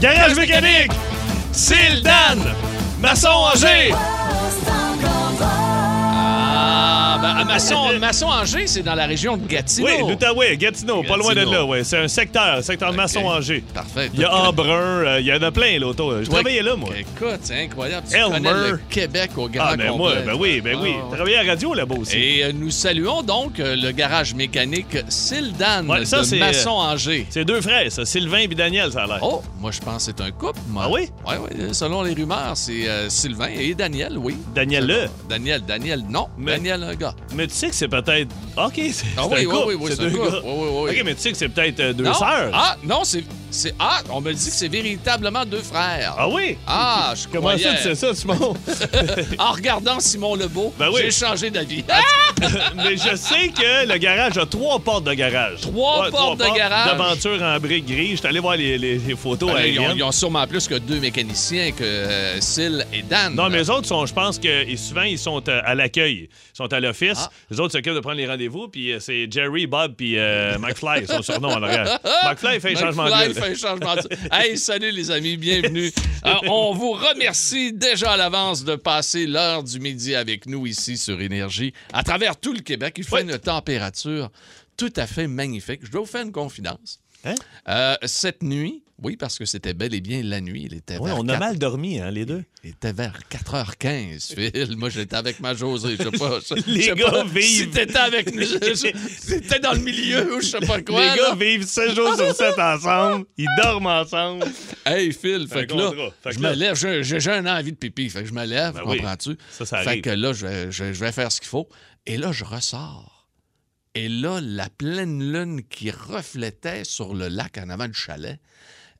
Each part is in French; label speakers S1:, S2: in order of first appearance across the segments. S1: Garage mécanique, Seal Dan, Maçon Angers.
S2: Ah, ben, à Masson, Masson Angers, c'est dans la région de Gatineau.
S1: Oui, l'Outaouais, Gatineau, pas loin de
S2: Gatineau.
S1: là, ouais. C'est un secteur, secteur de Maçon Angers.
S2: Parfait.
S1: Il y a Embrun, euh, il y en a plein, l'auto. Je
S2: Toi,
S1: travaillais là, moi.
S2: Écoute, c'est incroyable. Tu
S1: Elmer.
S2: connais le Québec au grand
S1: Ah, mais moi,
S2: complet.
S1: ben oui, ben oui.
S2: Ah, ouais.
S1: Travaillais à la radio là-bas aussi.
S2: Et euh, nous saluons donc euh, le garage mécanique Sildan
S1: Ouais, ça,
S2: de
S1: c'est, euh,
S2: Masson Angers.
S1: C'est deux frères, ça, Sylvain et Daniel, ça a l'air.
S2: Oh, moi je pense que c'est un couple. Moi.
S1: Ah oui?
S2: Oui, oui. Selon les rumeurs, c'est euh, Sylvain et Daniel, oui.
S1: Daniel le.
S2: Daniel, Daniel, non.
S1: Mais-
S2: Daniel, un gars.
S1: Mais tu sais que c'est peut-être. OK, c'est
S2: Ah
S1: c'est un
S2: oui, oui,
S1: couple,
S2: oui, oui,
S1: c'est
S2: c'est un
S1: deux
S2: couple.
S1: gars.
S2: Oui, oui, oui.
S1: OK, mais tu sais que c'est peut-être euh, deux
S2: Non.
S1: sœurs.
S2: Ah, non, c'est. c'est- Ah, on me dit que c'est véritablement deux frères.
S1: Ah oui?
S2: Ah, je
S1: Comment
S2: croyais.
S1: ça, tu sais ça, Simon?
S2: En regardant Simon Lebeau,
S1: Ben oui. Ah,
S2: j'ai changé d'avis. Ah,
S1: mais je sais que le garage a trois portes de garage.
S2: Trois portes de garage.
S1: D'aventure en briques grises. Je suis allé voir les, les- les photos
S2: Ben là, ils, ont,
S1: aériennes.
S2: ils ont sûrement plus que deux mécaniciens que euh, Syl et Dan.
S1: Non, mais les autres sont, je pense que et souvent, ils sont euh, à l'accueil. Ils sont à l'office.
S2: Ah.
S1: Les autres s'occupent de prendre les rendez-vous. Puis euh, c'est Jerry, Bob, puis euh, McFly, son surnom en arrière. McFly
S2: Ben,
S1: fait un changement de
S2: McFly
S1: ville.
S2: fait un changement de ville. Hey, salut les amis, bienvenue. Euh, on vous remercie déjà à l'avance de passer l'heure du midi avec nous ici sur Énergie, à travers tout le Québec. Il fait
S1: Oui.
S2: une température tout à fait magnifique. Je dois vous faire une confidence.
S1: Hein?
S2: Euh, cette nuit, oui, parce que c'était bel et bien la nuit, il était
S1: Ouais,
S2: vers
S1: on a
S2: 4
S1: mal dormi, hein, les deux.
S2: Il était vers 4h15, Phil. Moi, j'étais avec ma Josée, je sais pas. je-
S1: Les
S2: je sais
S1: gars
S2: pas
S1: vivent.
S2: Si t'étais avec nous, je- je- t'étais dans le milieu ou je sais pas quoi.
S1: les gars
S2: là.
S1: vivent 7 jours sur 7 ensemble. Ils dorment ensemble.
S2: Hey, Phil,
S1: Un
S2: fait que là,
S1: contrat. Fait que
S2: je
S1: là-
S2: me lève, j'ai j'ai- j'ai un envie de pipi, fait que je me lève,
S1: Ben oui.
S2: comprends-tu?
S1: Ça, ça
S2: fait
S1: arrive.
S2: que là, je, vais- je- je vais faire ce qu'il faut. Et là, je ressors. Et là, la pleine lune qui reflétait sur le lac en avant du chalet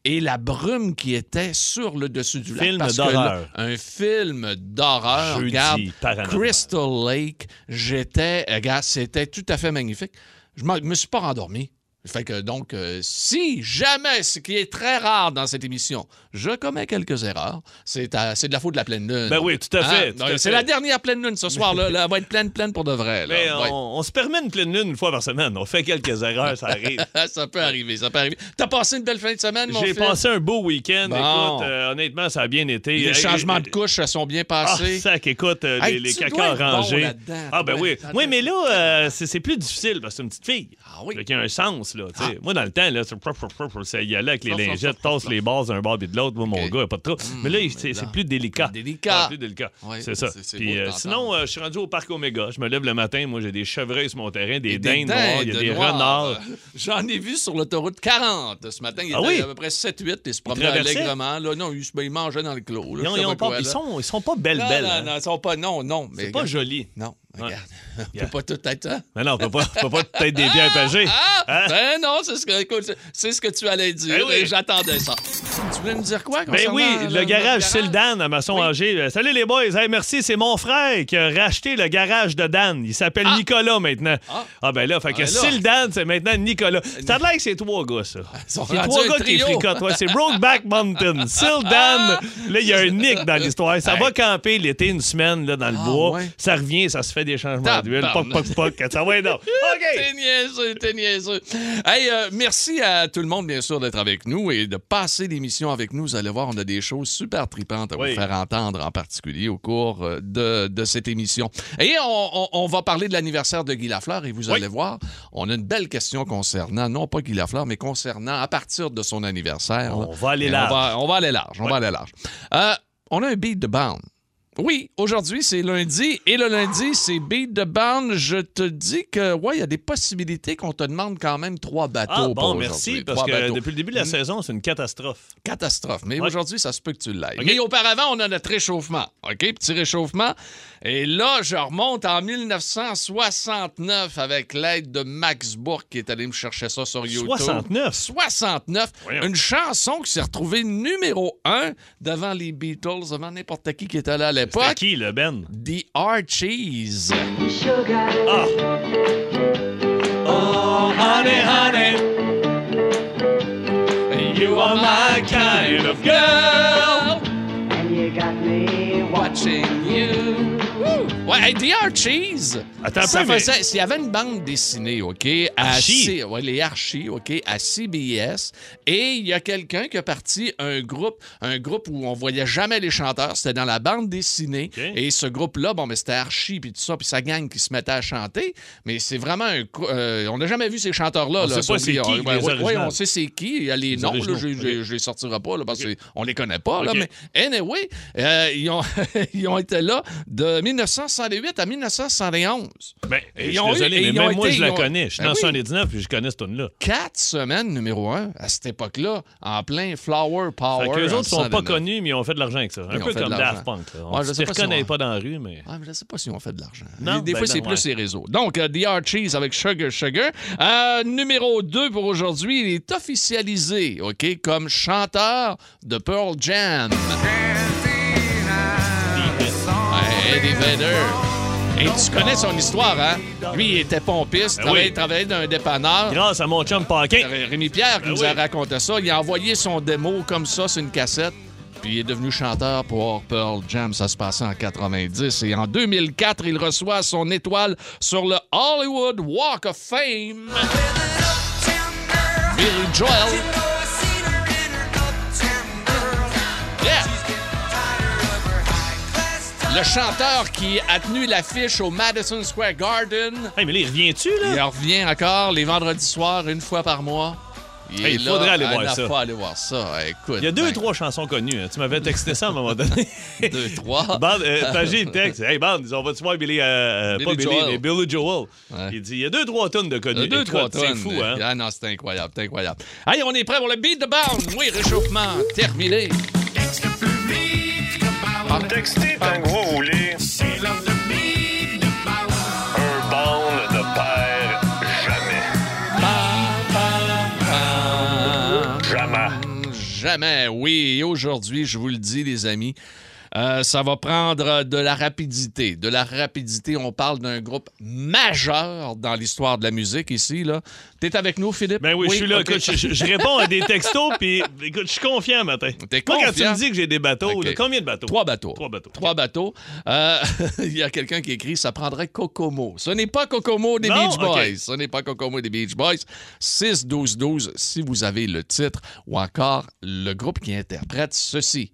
S2: et la brume qui était sur le dessus du lac.
S1: Film
S2: Parce que là,
S1: d'horreur.
S2: un film d'horreur.
S1: Jeudi,
S2: Regarde,
S1: paranormal.
S2: Crystal Lake, j'étais... Regarde, c'était tout à fait magnifique. Je m'en- me suis pas rendormi. Fait que donc, euh, si jamais, ce qui est très rare dans cette émission, je commets quelques erreurs, c'est à- c'est de la faute de la pleine lune.
S1: Ben oui, tout à fait, tout
S2: Ah, Non,
S1: à
S2: C'est
S1: fait.
S2: la dernière pleine lune ce soir. Là, Là, elle va être pleine, pleine pour de vrai. là.
S1: Mais
S2: Ah, Ouais.
S1: on, on se permet une pleine lune une fois par semaine. On fait quelques erreurs, ça arrive.
S2: Ah, ça peut arriver, ça peut arriver. T'as passé une belle fin de semaine, mon
S1: J'ai
S2: Phil?
S1: passé un beau week-end.
S2: Bon.
S1: Écoute, euh, honnêtement, ça a bien été.
S2: Les
S1: Hey,
S2: changements de
S1: euh,
S2: couches se sont bien
S1: Ah,
S2: passés.
S1: sac, écoute, euh,
S2: Hey,
S1: les, les
S2: tu dois
S1: cacas
S2: être bon
S1: rangés.
S2: là-dedans,
S1: ah, ben
S2: toi.
S1: oui. Oui, mais là, euh, c'est c'est plus difficile parce que c'est une petite fille.
S2: Ah oui. Ah.
S1: Fait qu'il y a un sens, là. tu sais. Moi, dans le temps, là, c'est- ça y allait avec les
S2: Frouf, frouf,
S1: lingettes,
S2: frouf,
S1: tasse les bases d'un bord et de l'autre. Moi, mon
S2: Ok.
S1: gars, pas de trop. mais là, il- c'est
S2: mais
S1: c'est
S2: là,
S1: plus délicat.
S2: plus délicat.
S1: Ah, plus délicat.
S2: Ouais,
S1: c'est ça.
S2: c'est- c'est
S1: Puis,
S2: beau de
S1: euh,
S2: t'entendre.
S1: sinon, euh, je suis rendu au parc Oméga. Je me lève le matin. Moi, j'ai des chevreuils sur mon terrain, des,
S2: Et
S1: dindes noires, il y a
S2: dindes
S1: des
S2: noires.
S1: renards.
S2: J'en ai vu sur l'autoroute 40 ce matin. Il
S1: Ah
S2: était
S1: oui?
S2: à peu près 7-8 et se promenaient
S1: traversaient?
S2: allègrement. Là, non, ils, ben, ils mangeaient dans le clos. là,
S1: Ils,
S2: je
S1: ont-
S2: sais
S1: ils ont
S2: pas
S1: pas-
S2: quoi,
S1: ils
S2: là.
S1: sont, ils sont pas belles,
S2: Non,
S1: belles.
S2: non,
S1: hein.
S2: non, ils sont pas. Non, non. mais
S1: C'est pas
S2: regarde.
S1: joli.
S2: Non, regarde. On
S1: Yeah.
S2: peut pas tout être. hein?
S1: Mais non, on peut pas, on peut pas peut-être des biens pagés.
S2: Ah!
S1: Hein?
S2: Ben non, c'est ce que, écoute, c'est ce que tu allais dire.
S1: Eh oui.
S2: et J'attendais ça. Tu voulais me dire quoi?
S1: Ben
S2: concernant euh,
S1: oui, le
S2: notre
S1: garage, c'est le Dan à Masson
S2: Oui.
S1: Angers. Euh, Salut les boys, Hey, merci, c'est mon frère qui a racheté le garage de Dan. Il s'appelle
S2: Ah.
S1: Nicolas maintenant.
S2: Ah.
S1: Ah, ben là, fait que
S2: ben là. Euh,
S1: c'est le Dan, c'est maintenant Nicolas. Ça a l'air que c'est trois gars, ça.
S2: sont
S1: Il y a
S2: rendus
S1: trois
S2: un
S1: gars qui
S2: trio. Ah!
S1: fricotent. Ouais, c'est Brokeback Mountain, Sil Dan. Là, il y a un Nick dans l'histoire. Ça
S2: Hey.
S1: va camper l'été une semaine là, dans le
S2: Ah,
S1: bois.
S2: ouais.
S1: Ça revient, ça se fait des changements d'huile. Poc,
S2: Tabarnak.
S1: poc, poc. Ça va être OK.
S2: T'es niaiseux, t'es niaiseux. Hey, euh, merci à tout le monde, bien sûr, d'être avec nous et de passer l'émission avec nous. Vous allez voir, on a des choses super tripantes à
S1: Oui.
S2: vous faire entendre, en particulier au cours euh, de, de cette émission. Et on, on- on va parler de l'anniversaire de Guy Lafleur et vous
S1: Oui.
S2: allez voir, on a une belle question concernant, non pas Guy Lafleur, mais concernant à partir de son anniversaire. là.
S1: On va aller
S2: Et
S1: là.
S2: Ben, On va, on va aller large. On va aller large. Euh, on a un beat de bande. Oui, aujourd'hui, c'est lundi. Et le lundi, c'est beat de bande. Je te dis que, ouais, il y a des possibilités qu'on te demande quand même trois bateaux.
S1: Ah
S2: pour
S1: bon, merci,
S2: aujourd'hui. Hmm.
S1: parce
S2: Trois
S1: que
S2: bateaux.
S1: depuis le début de la saison, c'est une catastrophe.
S2: Catastrophe. Mais
S1: Ouais.
S2: aujourd'hui, ça se peut que tu l'ailles.
S1: OK.
S2: Mais auparavant, on a notre réchauffement. OK, petit réchauffement. Et là, je remonte en 1969 avec l'aide de Max Bourque qui est allé me chercher ça sur YouTube.
S1: 69.
S2: 69,
S1: Voyons.
S2: une chanson qui s'est retrouvée numéro un devant les Beatles, devant n'importe qui qui était là à
S1: C'était
S2: l'époque.
S1: qui, le Ben?
S2: The Archies.
S1: Ah! Oh, honey, honey,
S2: You are my kind of girl.
S3: And you got me
S2: Watching you. Woo! Ouais, hey, The Archies.
S1: Attends un
S2: Ça
S1: peu, mais-
S2: faisait- S'il y avait une bande dessinée, OK, à
S1: Archie.
S2: C- ouais, les Archie, OK, à CBS, et il y a quelqu'un qui a parti un groupe, un groupe où on voyait jamais les chanteurs, c'était dans la bande dessinée,
S1: OK.
S2: et ce groupe-là, bon, mais c'était Archie, puis tout ça, puis sa gang qui se mettait à chanter, mais c'est vraiment un... co- euh, on n'a jamais vu ces chanteurs-là.
S1: On
S2: là,
S1: sait
S2: ça,
S1: pas c'est
S2: oublié.
S1: qui,
S2: On-
S1: les
S2: ouais, ouais,
S1: originales.
S2: on sait c'est qui, il y a les,
S1: Les
S2: noms, là,
S1: originaux,
S2: je, je- je les sortirai pas, là, parce qu'on les connaît pas, là,
S1: OK.
S2: mais anyway, euh, ils, ont, ils ont été là de 1968 à 1971.
S1: Ben,
S2: Ils
S1: je suis
S2: ont eu-
S1: désolé,
S2: et
S1: mais
S2: ils
S1: même
S2: ont
S1: moi,
S2: été-
S1: je la
S2: ils ont-
S1: connais. Je suis
S2: Ben
S1: dans
S2: oui.
S1: 79 puis je connais cette tune-là.
S2: Quatre semaines numéro un à cette époque-là, en plein Flower
S1: Fait
S2: Power.
S1: que les
S2: en
S1: autres sont pas
S2: 69.
S1: connus, mais ils ont fait de l'argent avec ça. Un
S2: Ils ont
S1: peu
S2: fait de
S1: comme
S2: l'argent.
S1: Daft Punk. là. On
S2: Ouais, je sais
S1: ne
S2: pas si
S1: reconnaît
S2: on-
S1: pas dans la rue, mais.
S2: Ah, mais je ne sais pas si on fait de l'argent.
S1: Non,
S2: des
S1: ben
S2: fois,
S1: non,
S2: c'est plus
S1: ouais.
S2: les réseaux. Donc, euh, The Archies avec Sugar Sugar. Euh, numéro 2 pour aujourd'hui, il est officialisé, OK, comme chanteur de Pearl Jam. Ouais, Eddie Vedder. Et tu connais son histoire, hein? Lui, il était pompiste,
S1: Ben
S2: travaillait,
S1: oui.
S2: travaillait dans un dépanneur.
S1: Grâce à mon chum Paquin.
S2: Ré- Euh, Rémi Pierre
S1: Ben
S2: qui nous
S1: oui.
S2: a raconté ça. Il a envoyé son démo comme ça sur une cassette. Puis il est devenu chanteur pour Pearl Jam. Ça se passait en 90. Et en 2004, il reçoit son étoile sur le Hollywood Walk of Fame. Billy Joel. Yeah! Le chanteur qui a tenu l'affiche au Madison Square Garden.
S1: Hey, mais là, il revient-tu, là?
S2: Il en revient encore les vendredis soirs, une fois par mois.
S1: Hey,
S2: est
S1: il faudrait
S2: là,
S1: aller
S2: à
S1: voir
S2: ne
S1: ça.
S2: pas aller voir ça. Écoute,
S1: Il y a deux,
S2: ben,
S1: trois chansons connues. hein. Tu m'avais texté ça à un moment donné.
S2: deux, trois.
S1: Band, euh, Pagé, il me texte. Hey, Band, on va-tu voir Billy, euh, euh, pas
S2: Billy
S1: Billy,
S2: Joel.
S1: mais Billy Joel.
S2: Ouais.
S1: Il dit il y a Euh, deux, trois tonnes de
S2: Il y
S1: connues.
S2: a deux,
S1: Écoute,
S2: trois
S1: C'est
S2: tonnes.
S1: fou, hein?
S2: Ah non, c'est incroyable, c'est incroyable. Allez, on est prêt pour le beat de bound. Oui, réchauffement terminé.
S3: Texter tant que vous voulez. Un bond ne perd jamais. Jamais.
S2: Jamais, oui. Et aujourd'hui, je vous le dis, les amis, euh, ça va prendre euh, de la rapidité. De la rapidité, on parle d'un groupe majeur dans l'histoire de la musique ici. là. T'es avec nous, Philippe?
S1: Ben oui, je suis là.
S2: ok.
S1: Écoute, je, je- je réponds à des textos, puis écoute, je suis confiant, matin.
S2: T'es
S1: Moi, quand tu
S2: confiant?
S1: me dis que j'ai des bateaux,
S2: Ok.
S1: là, combien de bateaux?
S2: Trois bateaux.
S1: Trois bateaux.
S2: Trois bateaux. Euh, il y a quelqu'un qui écrit Ça prendrait Kokomo. Ce n'est pas Kokomo des
S1: Non?
S2: Beach
S1: Ok.
S2: Boys. Ce n'est pas Kokomo des Beach Boys. 6-12-12 si vous avez le titre ou encore le groupe qui interprète ceci.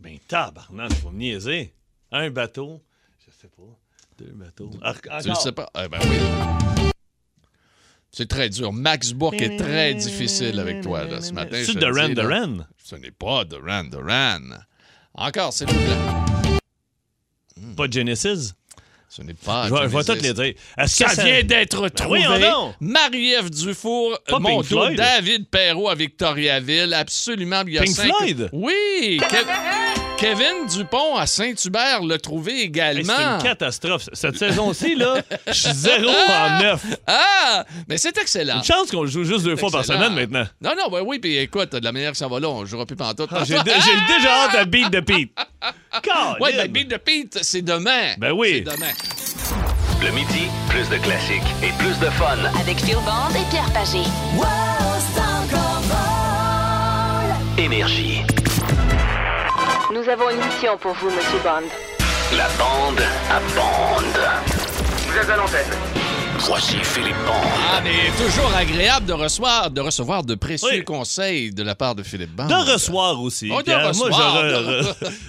S1: Ben tabarnak, faut me niaiser. Un bateau, je sais pas. Deux bateaux. Ah,
S2: Tu le
S1: encore.
S2: sais pas? Eh ben oui. C'est très dur. Max Bourque est très difficile avec toi là, ce matin.
S1: C'est
S2: je te le
S1: Duran
S2: dis, là.
S1: Duran.
S2: Ce n'est pas Duran Duran. Encore, c'est vous plaît. Hmm.
S1: Pas Genesis.
S2: Ce n'est pas.
S1: je vais, je vais
S2: Genesis.
S1: toutes les dire. Est-ce que
S2: Ça vient d'être trouvé.
S1: Ben voyons donc.
S2: Marie-Ève Dufour,
S1: Pas
S2: mon
S1: Pink
S2: dos,
S1: Floyd.
S2: David Perrault à Victoriaville, absolument. il y a
S1: Pink
S2: cinq-
S1: Floyd?
S2: Oui! Ke- Kevin Dupont à Saint-Hubert l'a trouvé
S1: Hey,
S2: également.
S1: c'est une catastrophe. Cette saison-ci, là, je suis zéro en neuf.
S2: Ah! Mais c'est excellent.
S1: Une chance qu'on le joue juste deux fois par
S2: Excellent.
S1: semaine maintenant.
S2: Non, non, ben oui, puis écoute, de la manière que ça va là, on jouera plus pantoute.
S1: Ah, J'ai dé- j'ai déjà hâte à Beat de Pete.
S2: ouais,
S1: Colin.
S2: ben, Beat the Pete, c'est demain.
S1: Ben oui.
S2: C'est demain.
S3: Le midi, plus de classiques et plus de fun.
S4: Avec Phil Bond et Pierre Pagé.
S3: Énergie.
S4: Nous avons une mission pour vous, Monsieur Bond.
S3: La bande à bande. Vous êtes à l'antenne. Voici Philippe Bond.
S2: Ah, mais toujours agréable de recevoir, de recevoir de précieux
S1: Oui.
S2: conseils de la part de Philippe Band.
S1: De recevoir aussi.
S2: Oh, de
S1: Pierre. Moi,
S2: recevoir,
S1: je
S2: de
S1: re- re-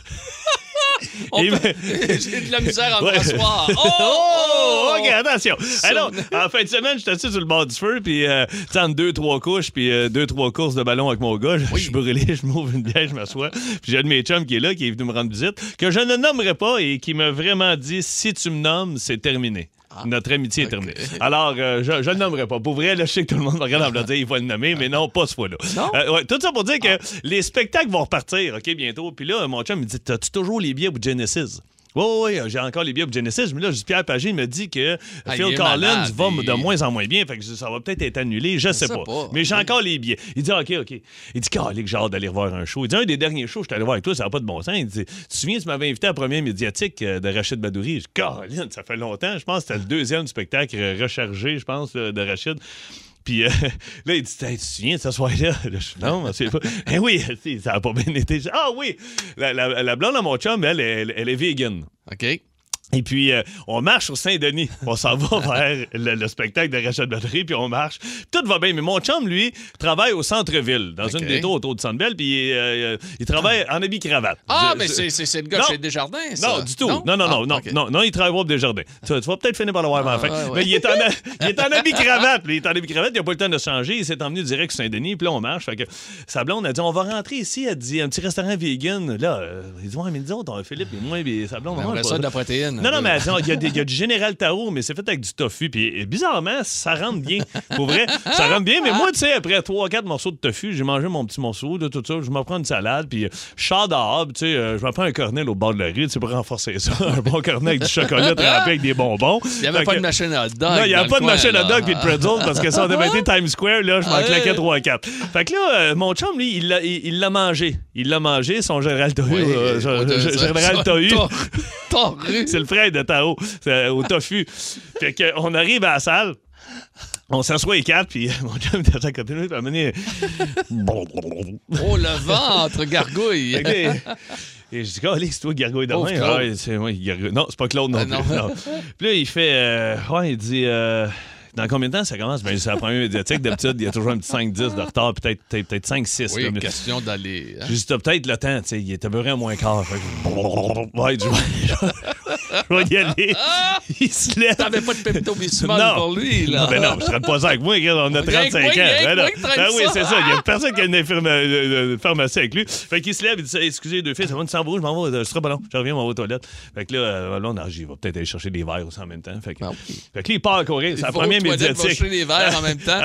S2: On
S1: Et
S2: peut-
S1: ben-
S2: J'ai de la misère à me
S1: Ouais.
S2: rasseoir. Oh!
S1: Oh, OK, attention. Alors, en fin de semaine, j'étais assis sur le bord du feu, puis euh, tu sais, entre deux, trois couches, puis euh, deux, trois courses de ballon avec mon gars, je je suis brûlé, je m'ouvre une bière, je m'assois. Puis j'ai un de mes chums qui est là, qui est venu me rendre visite, que je ne nommerai pas et qui m'a vraiment dit si tu me nommes, c'est terminé. Notre amitié est terminée. Alors, euh, je, je le nommerai pas. Pour vrai, là, je sais que tout le monde me regarde en me disant, il va le nommer, mais non, pas ce fois-là. Euh, ouais, tout ça pour dire que les spectacles vont repartir, OK, bientôt. Puis là, mon chum me dit, t'as-tu toujours les billets pour Genesis? Oui, oui, j'ai encore les billets pour Genesis. Mais là, juste Pierre Pagé me dit que
S2: Ah, il est
S1: Phil Collins
S2: malade,
S1: va
S2: il-
S1: de moins en moins bien. Fait que ça va peut-être être annulé, je sais
S2: sait
S1: pas.
S2: pas.
S1: Mais j'ai encore les billets. Il dit, OK, OK. Il dit, Calique, j'ai hâte d'aller revoir un show. Il dit, un des derniers shows, je suis allé voir avec toi, ça n'a pas de bon sens. Il dit, tu te souviens, tu m'avais invité à la première médiatique euh, de Rachid Badouri. Je dis, Colin, ça fait longtemps. Je pense que c'était le deuxième spectacle euh, rechargé, je pense, euh, de Rachid. Puis euh, là, il dit, Hey, tu te souviens de ce soir-là? Là, je dis, non, je sais pas. Eh oui, si, ça n'a pas bien été. Je dis, ah oui! La, la- la blonde à mon chum, elle, elle, elle est vegan.
S2: OK.
S1: Et puis, euh, on marche au Saint-Denis. On s'en va vers le, le spectacle de Rachel Battery, puis on marche. Tout va bien. Mais mon chum, lui, travaille au centre-ville, dans
S2: Ok.
S1: une des tours autour de Sandbell, puis euh, euh, il travaille en habit-cravate.
S2: Ah,
S1: Je-
S2: mais
S1: je-
S2: c'est c'est- c'est le gars
S1: Non.
S2: de chez Desjardins, ça.
S1: Non, du tout. Non, non, non,
S2: Ah,
S1: non,
S2: ok. Ah,
S1: non, non, il travaille au Desjardins. Tu, vas- tu vas peut-être finir par le voir avant la fin.
S2: ouais, ouais.
S1: Mais il est en, il est en habit cravate. Il est en habit cravate, il n'a pas le temps de changer. Il s'est emmené direct sur Saint-Denis, puis là, on marche. Fait que sa blonde a dit On va rentrer ici. Elle dit Un petit restaurant vegan. Là, euh, ils disent Ouais, mais nous autres, on- Philippe et moi, et sa blonde,
S2: Ben,
S1: on
S2: on
S1: mange
S2: a
S1: pas
S2: ça
S1: ça.
S2: de la protéine.
S1: Non, non, mais attends, il y, a des- il y a du Général Tao, mais c'est fait avec du tofu. Puis euh, bizarrement, ça rentre bien. Pour vrai, ça rentre bien. Mais moi, tu sais, après 3-4 morceaux de tofu, j'ai mangé mon petit morceau, de tout ça. Je m'en prends une salade, puis euh, je sors dehors, puis tu sais, euh, je m'en prends un cornel au bord de la rue, tu sais, pour renforcer ça. Un bon cornet avec du chocolat trempé avec des bonbons.
S2: Il n'y avait
S1: Fait
S2: pas
S1: que-
S2: de machine à hot dog.
S1: non, il n'y
S2: dans
S1: a
S2: le
S1: pas de
S2: coin,
S1: machine à
S2: là.
S1: dog puis de pretzel parce que ça, on avait été Times Square, là, je m'en
S2: Ah,
S1: claquais
S2: ouais.
S1: 3 à 4. Fait que là, euh, mon chum, lui, il l'a il- il l'a mangé. Il l'a mangé, son Général Tao.
S2: Oui,
S1: euh,
S2: on te-
S1: son-
S2: ça-
S1: Général
S2: ça-
S1: Tao.
S2: Tor- Torru.
S1: C'est le frère de Tao, c'est euh, au tofu. fait que, on arrive à la salle. On s'assoit les quatre, puis euh, mon chum était à côté de nous, puis à un moment donné,
S2: Oh, le ventre, gargouille.
S1: Fait que là, Et je dis, oh, c'est toi, Gargouille demain.
S2: Pauvre Claude.
S1: Ouais, c'est moi, Gargouille. Non, c'est pas Claude non
S2: Ah,
S1: plus.
S2: non.
S1: non. Puis là, il fait, euh, ouais, il dit, euh, dans combien de temps ça commence? Ben, c'est la première médiatique. D'habitude, il y a toujours un petit 5-10 de retard, peut-être peut 5-6.
S2: Oui,
S1: comme-
S2: question d'aller. hein.
S1: J'ai dit, t'as peut-être le temps, tu sais, il était beurré à moins quart. Fait que, ouais, je vais, je vais y aller. Il se lève.
S2: T'avais pas de pepto-bismol
S1: Non.
S2: pour lui, là.
S1: Non, mais non, je traite pas ça avec moi, regarde, on a
S2: Rien
S1: 35
S2: que moi,
S1: ans.
S2: rien que
S1: Ben non.
S2: moi qui traite
S1: Ben oui,
S2: ça.
S1: c'est ça. Il y a personne qui a une infirma- euh, euh, pharmacie avec lui. Fait qu'il se lève, il dit Excusez, deux filles, ça va, tu s'en vas où? je m'en vais, euh, je serai pas long, je reviens, je m'en vais aux toilettes. Fait que là, euh, là on a- j'y vais peut-être aller chercher des verres aussi en même temps. Fait que,
S2: Ah oui.
S1: fait que là, il part à courir, c'est la
S2: Il faut
S1: première
S2: aux toilettes pour
S1: médiatique.
S2: jeter les verres en même temps.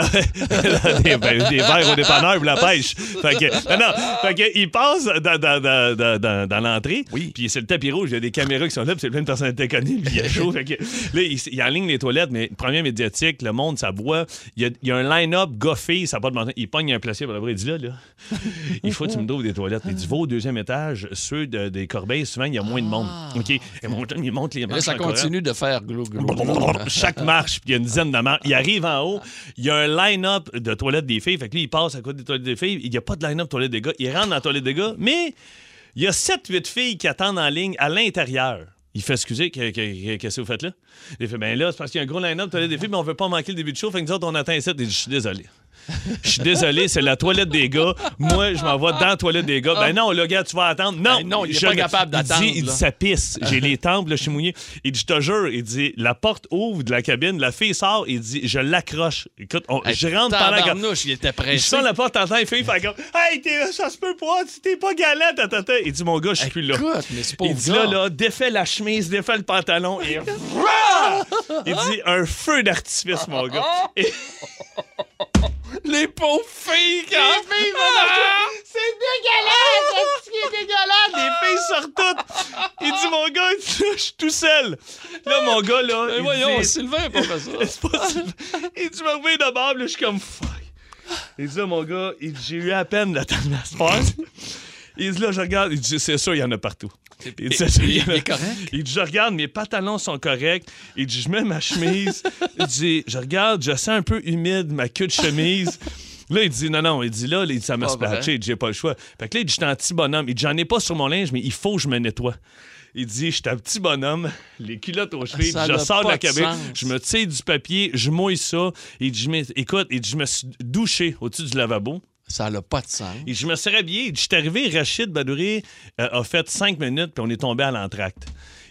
S1: des, ben, des verres au dépanneur pour la pêche. Fait que, non, non. Fait que, il passe dans, dans- dans- dans- dans- dans l'entrée,
S2: Oui.
S1: puis c'est le tapis rouge, il y a des caméras qui sont là, puis c'est plein de personnes déconnues, puis il y a chaud. Fait que, là, il, s- il enligne les toilettes, mais premier médiatique, le monde, ça boit. Il y a, il y a un line-up goffé, ça n'a pas de bon sens. Il pogne un placier par le bras, il dit là, là, il faut que tu me trouves des toilettes. Il dit, va au deuxième étage, ceux de- des corbeilles, souvent, il y a moins de monde. OK? Et mon chum, il monte les
S2: Ah. Mais Là,
S1: marches
S2: ça
S1: en courant.
S2: continue de faire glou glou.
S1: Chaque marche, puis il y a une dizaine de marches. Il arrive en haut, il y a un line-up de toilettes des filles. Fait que lui, il passe à côté des toilettes des filles. Il n'y a pas de line-up toilettes des gars. Il rentre dans la toilette des gars, mais il y a 7-8 filles qui attendent en ligne à l'intérieur. Il fait excuser, que- que- que- qu'est-ce que vous faites là? Il fait, ben là, c'est parce qu'il y a un gros line-up toilettes des filles, mais on veut pas manquer le début de show. Fait que nous autres, on attend ici. Il dit, je suis désolé. Je suis désolé, c'est la toilette des gars. Moi, je m'en vais dans la toilette des gars. Ben non, le gars, tu vas attendre. Non,
S2: Ben non, il est
S1: je
S2: pas
S1: ne-
S2: capable
S1: Il dit-
S2: d'attendre,
S1: Il dit,
S2: là.
S1: ça pisse. J'ai les tempes, là, je suis mouillé. Il dit, je te jure, il dit, la porte ouvre de la cabine, la fille sort, il dit, je l'accroche. Écoute, on- je rentre pendant la cabine.
S2: Tabarnouche, il était
S1: Je
S2: pressé.
S1: sens la porte, t'entends les filles faire comme Hey, t'es- ça se peut pas, tu t'es pas galant, ta, ta, ta. Il dit, mon gars, je suis plus là.
S2: Écoute, mais c'est pas
S1: Il dit là, là, défais la chemise, défais le pantalon et. Il dit un feu d'artifice, mon gars. Et-
S2: Les pauvres filles, hein? Ah, quand même!
S1: C'est dégueulasse! C'est dégueulasse! Les filles sortent toutes! Il dit, mon gars, je suis tout seul! Là, mon gars, là.
S2: Mais
S1: il
S2: voyons,
S1: dit,
S2: Sylvain, pas fait ça.
S1: c'est possible. Il dit, je me reviens de bord, puis là, je suis comme, fuck. Il dit, là, mon gars, il dit, j'ai eu à peine la temps de la semaine. Il dit, là, je regarde. Il dit, c'est sûr, il y en a partout. Il dit, C'est sûr, il y en a-
S2: Il est correct.
S1: il dit, je regarde, mes pantalons sont corrects. Il dit, je mets ma chemise. il dit, je regarde, je sens un peu humide ma queue de chemise. Là, il dit, non, non, il dit, là, il dit, ça m'a
S2: Pas vrai.
S1: splatché. Il dit, j'ai pas le choix. Fait que là, il dit, je suis un petit bonhomme. Il dit, j'en ai pas sur mon linge, mais il faut que je me nettoie. Il dit, je suis un petit bonhomme, les culottes aux chevilles,
S2: Ça
S1: je
S2: n'a
S1: sors de
S2: pas
S1: la
S2: de
S1: cabine,
S2: sens.
S1: je me tire du papier, je mouille ça. Il dit, je m'ai- écoute, il dit, je me suis douché au-dessus du lavabo.
S2: Ça n'a pas de sens.
S1: Et je me serais habillé. Il dit, Je suis arrivé, Rachid Badouri euh, a fait 5 minutes, puis on est tombé à l'entracte.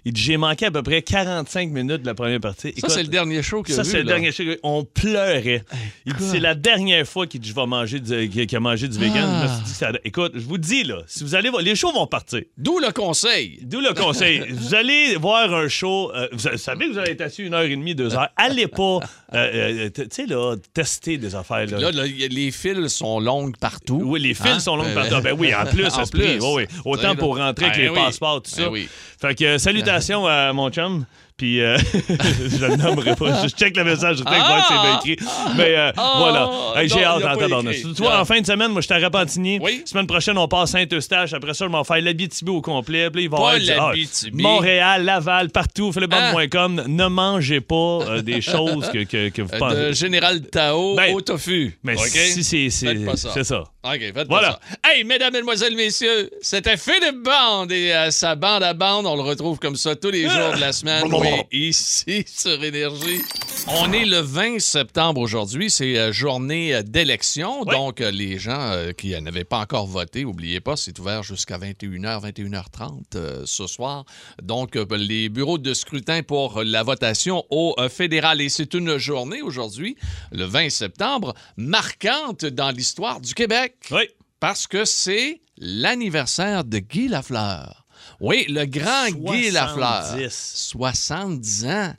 S1: Il dit J'ai manqué à peu près 45 minutes de la première partie.
S2: Ça,
S1: Écoute,
S2: c'est le dernier show que
S1: ça,
S2: vu,
S1: c'est le
S2: là.
S1: dernier chèque. On pleurait. Il dit, c'est la dernière fois qu'il dit, je vais manger du, qu'il qu'il a mangé du vegan. Je me suis dit que ça- Écoute, je vous dis, là, si vous allez voir, les shows vont partir.
S2: D'où le conseil.
S1: D'où le conseil. vous allez voir un show. euh, vous vous savez que vous allez être assis une heure et demie, deux heures. Allez pas, euh, euh, t- tu sais, là, tester des affaires.
S2: Là, là, y a- les fils sont longues partout.
S1: Euh. Oui, les fils
S2: Hein?
S1: sont longs
S2: Ben,
S1: partout. Ben oui, en plus,
S2: En
S1: ça se plie.
S2: plus.
S1: Oui, oui. Autant
S2: Tu sais,
S1: pour
S2: là.
S1: rentrer avec
S2: Ben
S1: les
S2: oui.
S1: passeports, tout ça.
S2: Ben oui.
S1: Fait que euh, salutations à mon chum. Puis euh, je le nommerai pas. Je check le message, je check voir si c'est bien écrit. Mais euh,
S2: Ah!
S1: voilà. Hey,
S2: Non,
S1: J'ai hâte
S2: il a pas
S1: d'entendre
S2: écrit.
S1: Tu vois,
S2: Non.
S1: en fin de semaine, moi, je suis à Repentigny.
S2: Oui.
S1: Semaine prochaine, on passe Saint-Eustache. Après ça, je vais en faire l'Abitibi au complet. Puis là, il va y
S2: Pas
S1: avoir du- ah,
S2: l'Abitibi. Ah!
S1: Montréal, Laval, partout. Philibombe.com. Ne mangez pas euh, des choses que, que, que vous
S2: Euh,
S1: pensez.
S2: De Général Tao
S1: Ben,
S2: au tofu.
S1: Mais
S2: OK?
S1: si c'est-
S2: Faites
S1: c'est
S2: pas ça.
S1: c'est ça.
S2: OK, faites
S1: Voilà.
S2: pas ça. Hey, mesdames, mesdemoiselles, messieurs, c'était Philippe Bande et euh, sa bande à bande. On le retrouve comme ça tous
S1: Ah!
S2: les jours de la semaine. oui, ici, sur Énergie. On est le 20 septembre aujourd'hui. C'est euh, journée euh, d'élection.
S1: Oui.
S2: Donc, euh, les gens euh, qui euh, n'avaient pas encore voté, oubliez pas, c'est ouvert jusqu'à 21h, 21h30 euh, ce soir. Donc, euh, les bureaux de scrutin pour euh, la votation au euh, fédéral. Et c'est une journée aujourd'hui, le 20 septembre, marquante dans l'histoire du Québec
S1: Oui.
S2: parce que c'est l'anniversaire de Guy Lafleur. Oui, le grand Guy Lafleur.
S1: 70.
S2: 70 ans.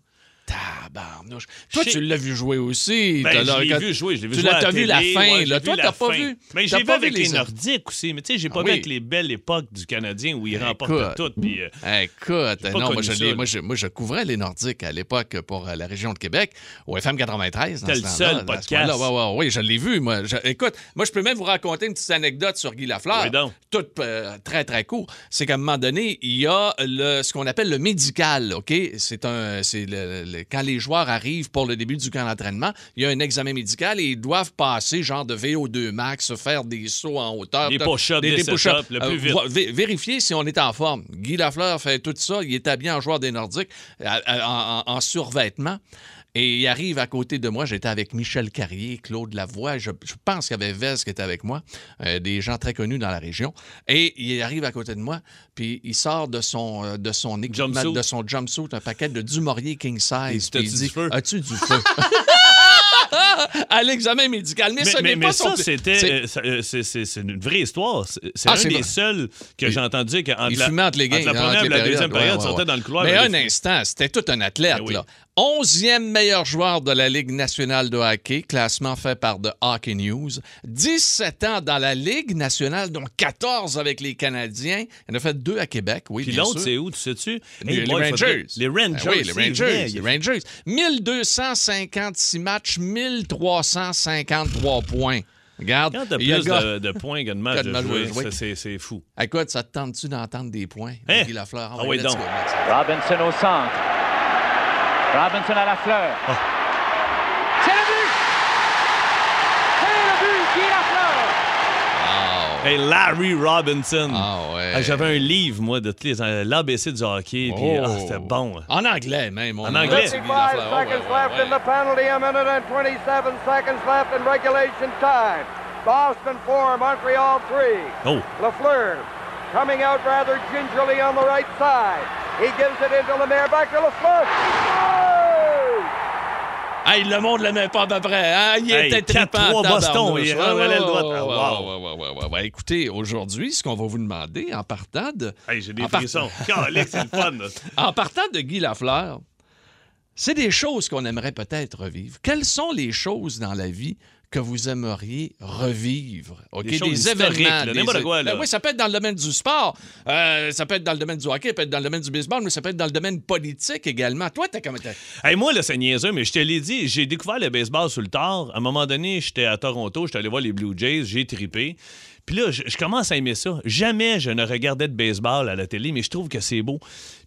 S2: Tabarnouche. Toi,
S1: Chez-
S2: tu l'as vu jouer aussi.
S1: Ben,
S2: T'as-
S1: je
S2: là,
S1: l'ai
S2: quand-
S1: vu jouer, je l'ai vu
S2: tu
S1: jouer
S2: l'as-
S1: à
S2: t'as vu la
S1: télé,
S2: fin,
S1: ouais,
S2: là.
S1: j'ai
S2: Toi,
S1: vu
S2: t'as
S1: la
S2: pas
S1: fin.
S2: vu.
S1: Mais
S2: T'as
S1: j'ai vu
S2: pas
S1: avec
S2: vu
S1: les,
S2: les-
S1: Nordiques aussi. Mais tu sais, j'ai pas
S2: Ah
S1: vu
S2: oui. Ben,
S1: avec les belles époques du Canadien où ils remportent
S2: Écoute.
S1: tout. Puis, euh,
S2: Écoute,
S1: J'ai pas
S2: non, moi
S1: connu
S2: je,
S1: ça,
S2: l'ai-
S1: là.
S2: moi, je, moi, je couvrais les Nordiques à l'époque pour euh, la région de Québec, au FM 93. dans
S1: C'était
S2: ce
S1: le
S2: temps-là,
S1: seul
S2: dans ce moment-là.
S1: podcast.
S2: Ouais, ouais, ouais, je l'ai vu, moi. Je- écoute, moi, je peux même vous raconter une petite anecdote sur Guy Lafleur.
S1: Oui, donc.
S2: Tout euh, très, très court. C'est qu'à un moment donné, il y a le, ce qu'on appelle le médical, OK? C'est un. c'est le- le- quand les joueurs arrivent pour le début du camp d'entraînement, il y a un examen médical et ils doivent passer, genre de VO2 max, faire des sauts en hauteur.
S1: Des
S2: de-
S1: push-ups, des
S2: push-ups. Euh,
S1: sit-ups, le plus vite.
S2: vo- vé- vérifier si on est en forme. Guy Lafleur fait tout ça. Il est habillé en joueur des Nordiques, à- à- en, en survêtement. Et il arrive à côté de moi. J'étais avec Michel Carrier, Claude Lavoie. Je, je pense qu'il y avait Vez qui était avec moi, euh, des gens très connus dans la région. Et il arrive à côté de moi, puis il sort de son, euh, de son équipement,
S1: Jumpsuit.
S2: de son jumpsuit, un paquet de Dumorier King
S1: Il
S2: Size.
S1: dit,
S2: puis il
S1: T'as-tu
S2: dit
S1: du feu?
S2: As-tu du feu À l'examen médical. Mais,
S1: Mais,
S2: ce
S1: mais-
S2: n'est
S1: mais
S2: pas son
S1: ça,
S2: pla-
S1: c'était.
S2: C'est-
S1: euh, ça, euh, C'est c'est- c'est une vraie histoire. C'est c'est
S2: Ah,
S1: un
S2: c'est
S1: des
S2: vrai.
S1: seuls que
S2: Il-
S1: j'ai entendu que entre
S2: Il
S1: la-
S2: fumait entre les games.
S1: entre la première
S2: entre
S1: et
S2: les
S1: la deuxième période,
S2: périodes. Ouais, ouais,
S1: sortait
S2: ouais.
S1: dans le couloir.
S2: Mais
S1: avec
S2: un
S1: des-
S2: instant, c'était tout un athlète.
S1: Ben oui.
S2: là. Onzième meilleur joueur de la Ligue nationale de hockey, classement fait par The Hockey News. 17 ans dans la Ligue nationale, dont 14 avec les Canadiens. Il en a fait deux à Québec, oui,
S1: Puis
S2: bien
S1: l'autre,
S2: sûr.
S1: c'est où, tu sais-tu?
S2: Les,
S1: Hey,
S2: les
S1: moi, il faudrait-
S2: Rangers.
S1: Les Rangers.
S2: Ah oui, les
S1: c'est vrai,
S2: Rangers.
S1: il y
S2: Les
S1: a-
S2: Rangers. 1256 matchs, 1353 points. Regarde,
S1: Quand t'as
S2: il y a
S1: plus
S2: gars-
S1: de, de points que de matchs
S2: Quatre
S1: de
S2: matchs
S1: jouer,
S2: joués.
S1: ça, c'est- c'est fou.
S2: Écoute, ça te tente-tu d'entendre des points?
S1: Hein?
S2: Guy Lafleur,
S1: Ah
S2: envoie
S1: oui,
S2: let's
S1: donc.
S2: go, let's go.
S5: Robinson au centre. Robinson à la fleur. C'est le but! C'est le but qui est la fleur!
S2: Ah,
S1: Hey, Larry Robinson.
S2: ah ouais.
S1: Ah, J'avais un livre, moi, de tous les l'ABC du hockey. puis, ah, c'était bon.
S2: Oh. En anglais, même. on
S1: En
S2: a-
S1: anglais.
S2: Guy Lafleur, ouais, Oh, ouais, ouais.
S6: penalty, a minute and 27 seconds left in regulation time. Boston 4, Montreal 3.
S2: Ah.
S1: Oh,
S6: Lafleur coming out rather gingerly on the right side. He gives it into Lemaire, back to Lafleur. Oh!
S2: Hey, le monde l'aimait pas à peu près. hein? Il
S1: Hey,
S2: était
S1: quatre,
S2: trippant.
S1: trois,
S2: tabarnouche.
S1: Boston, il
S2: Ouais,
S1: renvoie
S2: ouais,
S1: le droit.
S2: ouais,
S1: Ah, wow.
S2: ouais, ouais, ouais, ouais, ouais. Écoutez, aujourd'hui, ce qu'on va vous demander en partant de,
S1: hey, j'ai
S2: En
S1: des
S2: part-
S1: frissons. Calique, c'est le fun. là.
S2: en partant de Guy Lafleur, c'est des choses qu'on aimerait peut-être revivre. Quelles sont les choses dans la vie que vous aimeriez revivre? OK,
S1: Des choses historiques, là, n'importe quoi, là.
S2: Ben oui, ça peut être dans le domaine du sport, euh, ça peut être dans le domaine du hockey, ça peut être dans le domaine du baseball, mais ça peut être dans le domaine politique également. Toi, t'as comme... t'as-
S1: Hey, moi, là, c'est niaiseux, mais je te l'ai dit, j'ai découvert le baseball sur le tard. À un moment donné, j'étais à Toronto, j'étais allé voir les Blue Jays, j'ai tripé. Puis là, je, je commence à aimer ça. Jamais je ne regardais de baseball à la télé, mais je trouve que c'est beau.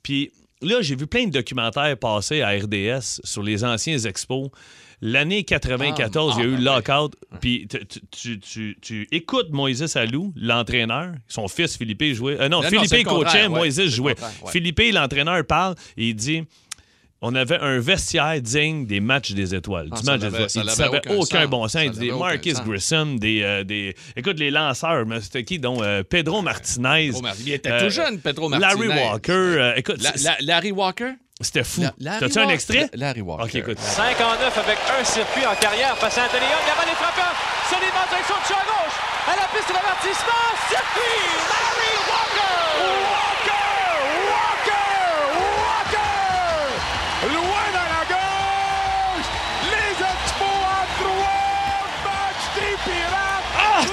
S1: Puis là, j'ai vu plein de documentaires passer à RDS sur les anciens expos. L'année 94,
S2: Ah,
S1: il y a eu
S2: ah,
S1: le lockout. Puis tu, tu- tu- tu- tu écoutes Moïse Alou, l'entraîneur. Son fils, Philippe, jouait. euh, non,
S2: Non, non,
S1: Philippe
S2: c'est le
S1: coachait,
S2: contraire, ouais,
S1: Moïse
S2: c'est le
S1: jouait.
S2: contraire, ouais.
S1: Philippe, l'entraîneur, parle et il dit on avait un vestiaire digne des matchs des étoiles.
S2: Ah,
S1: du
S2: ça
S1: match des
S2: n'avait-
S1: étoiles.
S2: ça
S1: Il dit,
S2: n'avait
S1: ça n'avait
S2: aucun
S1: aucun,
S2: sens.
S1: bon
S2: Ça
S1: sens. Il dit des
S2: n'avait aucun
S1: Marcus
S2: sens.
S1: Grissom, des, euh, des. Écoute, les lanceurs, mais c'était qui donc Euh, Pedro Martinez. Euh,
S2: Pedro Martinez. Il était tout jeune, Pedro Martinez.
S1: Larry Walker. euh, écoute,
S2: La-
S1: c'est-
S2: la- Larry Walker?
S1: c'était fou.
S2: La- Larry
S1: T'as-tu un
S2: Walker-
S1: extrait?
S2: La- Larry Walker.
S1: Ok, écoute.
S5: 5 en 9 avec un circuit en carrière. Passé à Anthony Young. La balle est frappante. Soliman, direction de champ gauche. À la piste de l'avertissement. Circuit! Larry Walker! Walker! Walker! Walker! Loin dans la gauche! Les Expos à trois matchs des Pirates!
S1: Ah!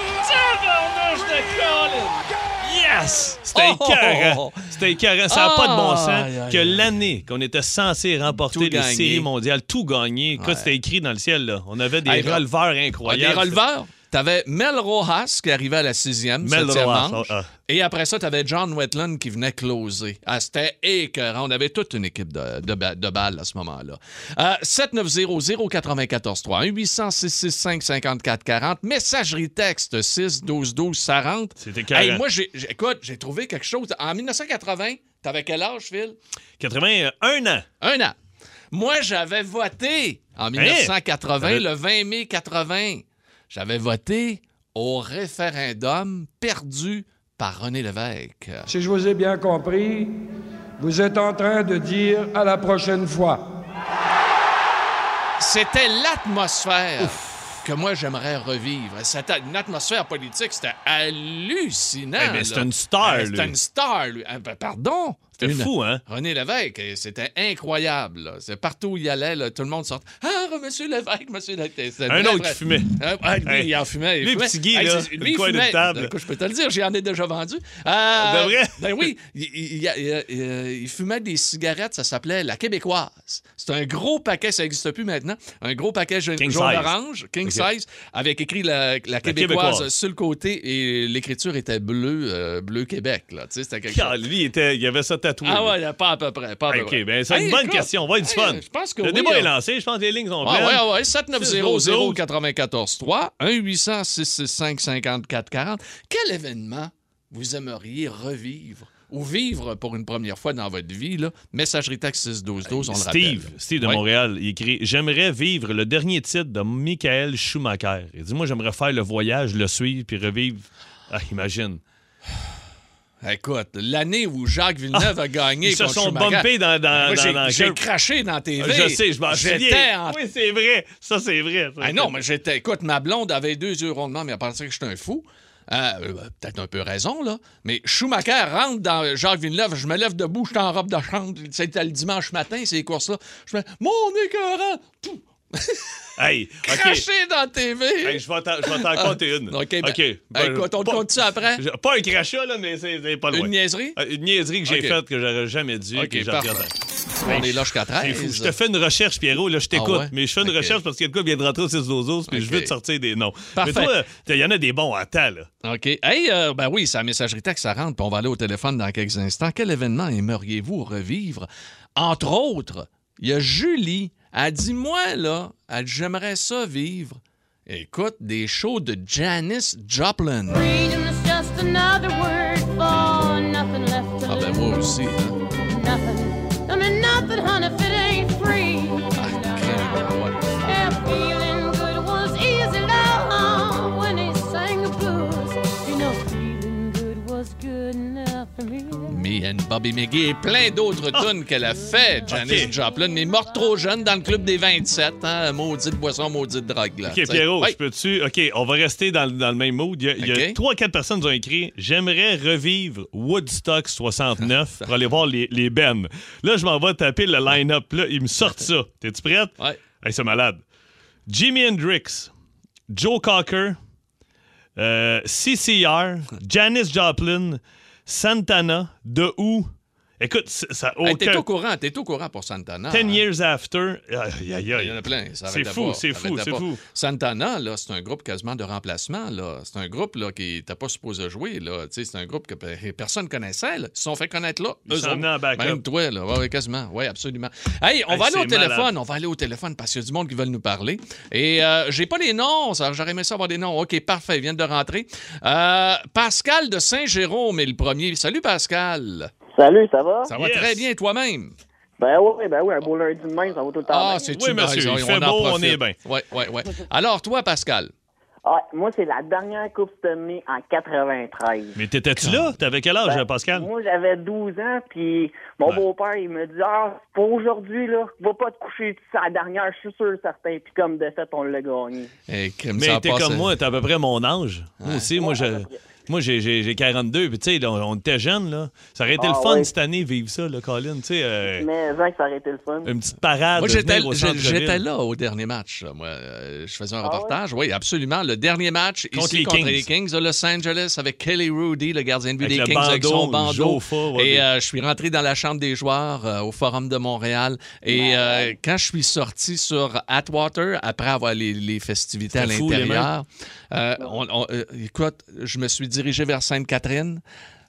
S1: Tabarnouche de Colin!
S5: Walker!
S1: Yes! Yes! C'était
S2: Oh!
S1: écœurant. C'était écœurant. Ça n'a pas de bon sens
S2: Aïe, aïe,
S1: que
S2: aïe.
S1: l'année qu'on était censé remporter
S2: Tout
S1: les
S2: gagné.
S1: séries mondiales, tout gagné, que c'était écrit dans le ciel, là. On avait des
S2: Hey, Rob.
S1: releveurs
S2: Ah, des
S1: incroyables.
S2: releveurs. T'avais Mel Rojas qui arrivait à la sixième,
S1: Mel
S2: septième
S1: Rojas,
S2: manche.
S1: ah, ah.
S2: Et après ça, t'avais John Wetland qui venait closer. Ah, C'était écœurant. On avait toute une équipe de, de, ba- de balles à ce moment-là. Euh, 790-094-3, 800-665-5440, messagerie texte 6-12-12, ça rentre.
S1: C'était écœurant.
S2: Hey, moi, j'ai, j'ai- écoute, j'ai trouvé quelque chose. En 1980, t'avais quel âge, Phil?
S1: 81 ans.
S2: Un an. Moi, j'avais voté
S1: Hein?
S2: en 1980,
S1: Euh,
S2: le 20 mai 80. J'avais voté au référendum perdu par René Lévesque.
S7: Si je vous ai bien compris, vous êtes en train de dire à la prochaine fois.
S2: C'était l'atmosphère que moi, j'aimerais revivre. C'était une atmosphère politique, c'était hallucinant.
S1: Eh, mais
S2: là.
S1: c'était une star,
S2: Eh, C'était
S1: lui.
S2: une star, lui. Ah, ben, Pardon?
S1: C'était
S2: Une-
S1: fou, hein?
S2: René Lévesque, et c'était incroyable. là. C'est partout où il allait, là, tout le monde sortait. Ah, re- monsieur Lévesque, monsieur Lévesque. C'était
S1: Un
S2: vrai,
S1: autre
S2: vrai.
S1: qui fumait.
S2: Ah, ah, lui,
S1: Hey.
S2: il en fumait. il
S1: Lui,
S2: fumait.
S1: petit Guy,
S2: Hey,
S1: là,
S2: c'est-
S1: le
S2: lui, il
S1: coin d'une
S2: fumait.
S1: table.
S2: Ben, écoute, je peux te le dire, j'en ai déjà vendu. Euh,
S1: De vrai?
S2: Ben oui, il, il- il- il- euh, il- il fumait des cigarettes, ça s'appelait la québécoise. C'est un gros paquet, ça n'existe plus maintenant, un gros paquet jaune
S1: King size.
S2: orange, king
S1: Ok.
S2: size, avec écrit la, la québécoise,
S1: Québécoise.
S2: sur le côté et l'écriture était bleue, euh, bleu Québec. Là. Tu sais, c'était quelque chose.
S1: Car lui, il, était, il avait ça tatoué.
S2: Ah ouais, pas à peu près. Pas à peu
S1: OK,
S2: près.
S1: ben c'est une
S2: Hey,
S1: bonne
S2: écoute,
S1: question. On va être du
S2: hey,
S1: fun.
S2: Je pense que
S1: le
S2: oui,
S1: débat
S2: là.
S1: est lancé. Je pense que les lignes sont pleines.
S2: Ah ouais, ouais, 790-094-3-1800-665-5440. Quel événement vous aimeriez revivre ou vivre pour une première fois dans votre vie? Là? Messagerie texte 61212, on le
S1: Steve,
S2: rappelle.
S1: Steve de
S2: Ouais.
S1: Montréal, il écrit J'aimerais vivre le dernier titre de Michael Schumacher. Il dit Moi, j'aimerais faire le voyage, le suivre, puis revivre. Ah, imagine.
S2: Écoute, l'année où Jacques Villeneuve a gagné
S1: Ah, Ils se
S2: contre
S1: sont
S2: Schumacher,
S1: bumpés dans, dans,
S2: moi,
S1: dans,
S2: j'ai-
S1: dans-
S2: J'ai craché dans TV.
S1: Je sais, je m'en
S2: J'étais
S1: souviens.
S2: en
S1: Oui, c'est vrai. Ça, c'est vrai. Ça,
S2: Ah non, mais j'étais. Écoute, ma blonde avait deux yeux rondement, mais elle pensait que j'étais un fou. Euh, euh, Peut-être un peu raison, là. Mais Schumacher rentre dans Jacques Villeneuve, je me lève debout, je suis en robe de chambre. C'était le dimanche matin, ces courses-là. Je me Mon écœurant! Pouf!
S1: Hey, OK.
S2: Craché dans la TV!
S1: Hey, je vais t'en je vais t'en compter une.
S2: OK, ben,
S1: ben,
S2: écoute, on te
S1: pas-
S2: compte ça après?
S1: je- Pas un crachat, là, mais c'est c'est pas loin.
S2: Une niaiserie?
S1: Euh, Une niaiserie que j'ai
S2: OK.
S1: faite que j'aurais jamais dû.
S2: OK,
S1: que je
S2: parfait.
S1: regrette.
S2: On est là jusqu'à
S1: C'est
S2: 13.
S1: fou. Je te fais une recherche, Pierrot. Là, je t'écoute.
S2: Ah ouais?
S1: Mais je fais une
S2: Ok.
S1: recherche parce que quelqu'un vient de rentrer au 6 12 puis je
S2: Ok.
S1: veux te sortir des noms.
S2: Parfait.
S1: Mais toi, il y en a des bons à temps, là.
S2: OK. Hey, euh, ben oui, c'est la messagerie texte, ça rentre, puis on va aller au téléphone dans quelques instants. Quel événement aimeriez-vous revivre? Entre autres, il y a Julie. Elle dit Moi, là, elle dit, j'aimerais ça vivre. Écoute, des shows de Janis Joplin.
S8: Freedom is just another word for nothing left to
S2: Ah, ben
S8: lose.
S2: moi aussi. hein.
S8: Nothing. I mean, nothing, honey, if it ain't free.
S2: Ah, quel bon boy.
S8: Yeah, feeling good was easy, love, when they sang the blues. You know, feeling good was good enough for me.
S2: Me and Bobby McGee et plein d'autres tunes qu'elle a fait, Janis
S1: Ah. OK.
S2: Joplin, mais morte trop jeune dans le club des 27, hein, maudite boisson, maudite drogue. Là,
S1: OK,
S2: t'sais.
S1: Pierrot,
S2: Ouais.
S1: je peux-tu. OK, on va rester dans, dans le même mood. Il y a- il y a
S2: Ok.
S1: trois, quatre personnes qui ont écrit J'aimerais revivre Woodstock 69 pour aller voir les, les bands. Là, je m'en vais taper le line-up. Là, ils me sortent ça. T'es-tu prête?
S2: Ouais.
S1: Hey, c'est malade. Jimi Hendrix, Joe Cocker, euh, CCR, Janis Joplin, Santana, The Who. Écoute, c- ça a
S2: Hey, T'es
S1: aucun.
S2: au courant, t'es au courant pour Santana.
S1: 10
S2: hein.
S1: years after. Aïe, aïe, aïe.
S2: Il y en a plein. ça
S1: Ah, C'est
S2: arrêtait
S1: fou,
S2: pas,
S1: c'est
S2: ça
S1: fou,
S2: arrêtait
S1: c'est
S2: pas.
S1: fou.
S2: Santana, là, c'est un groupe quasiment de remplacement. là. C'est un groupe là, qui n'était pas supposé jouer. là. Tu sais, C'est un groupe que pe- personne connaissait. là. Ils se sont fait connaître là.
S1: Ils
S2: eux
S1: sont
S2: autres.
S1: venus en backup.
S2: Même toi, là. Ouais, ouais, quasiment. Oui, absolument. Hey, on
S1: Hey,
S2: va aller au
S1: c'est malade.
S2: téléphone. On va aller au téléphone parce qu'il y a du monde qui veulent nous parler. Et euh, j'ai pas les noms. ça, J'aurais aimé ça avoir des noms. OK, parfait. Ils viennent de rentrer. Euh, Pascal de Saint-Jérôme est le premier. Salut, Pascal.
S9: Salut, ça va?
S2: Ça va
S1: Yes.
S2: très bien, toi-même.
S9: Ben oui, ben oui, un beau lundi de même, ça va tout le temps.
S2: Ah,
S9: bien.
S2: c'est
S1: Oui, monsieur, il fait beau, on est bien.
S2: Oui, oui, oui. Alors, toi, Pascal.
S9: Ah, moi, c'est la dernière Coupe Stanley en 93.
S1: Mais t'étais-tu là? T'avais quel âge, Pascal?
S9: Ben, Moi, j'avais 12 ans, puis mon
S1: Ouais.
S9: beau-père, il me dit Ah, pour aujourd'hui, là, va pas te coucher, c'est la dernière, je suis sûr, certain. Puis comme de fait, on l'a gagné.
S2: Eh, crime, ça
S1: Mais
S2: a
S1: t'es
S2: passé.
S1: comme moi, t'es à peu près mon âge. Moi aussi, moi, je, Moi, j'ai- j'ai j'ai 42, puis tu sais, là, on, on était jeunes, là. Ça aurait été le
S9: Ah,
S1: fun
S9: ouais.
S1: cette année, vivre ça, là, Colin, tu sais. euh,
S9: Mais Zach, ça aurait été le fun.
S1: une petite parade.
S2: Moi,
S1: de
S2: j'étais,
S1: venir au
S2: j'ai-
S1: centre-ville.
S2: j'étais là au dernier match. là, Moi, Euh, je faisais un
S9: Ah ouais?
S2: reportage. Oui, absolument. Le dernier match
S1: Contre
S2: ici
S1: les
S2: contre
S1: Kings.
S2: les Kings de Los Angeles avec Kelly Rudy, le gardien de but
S1: Avec
S2: des
S1: le
S2: Kings, avec
S1: bandeau,
S2: son
S1: le
S2: bandeau.
S1: Jofa, ouais,
S2: et
S1: ouais.
S2: euh, je suis rentré dans la chambre des joueurs euh, au Forum de Montréal. Et euh, quand je suis sorti sur Atwater, après avoir les, les festivités à
S1: C'était fou,
S2: l'intérieur, euh, on- on- euh, écoute, je me suis dirigé vers Sainte-Catherine.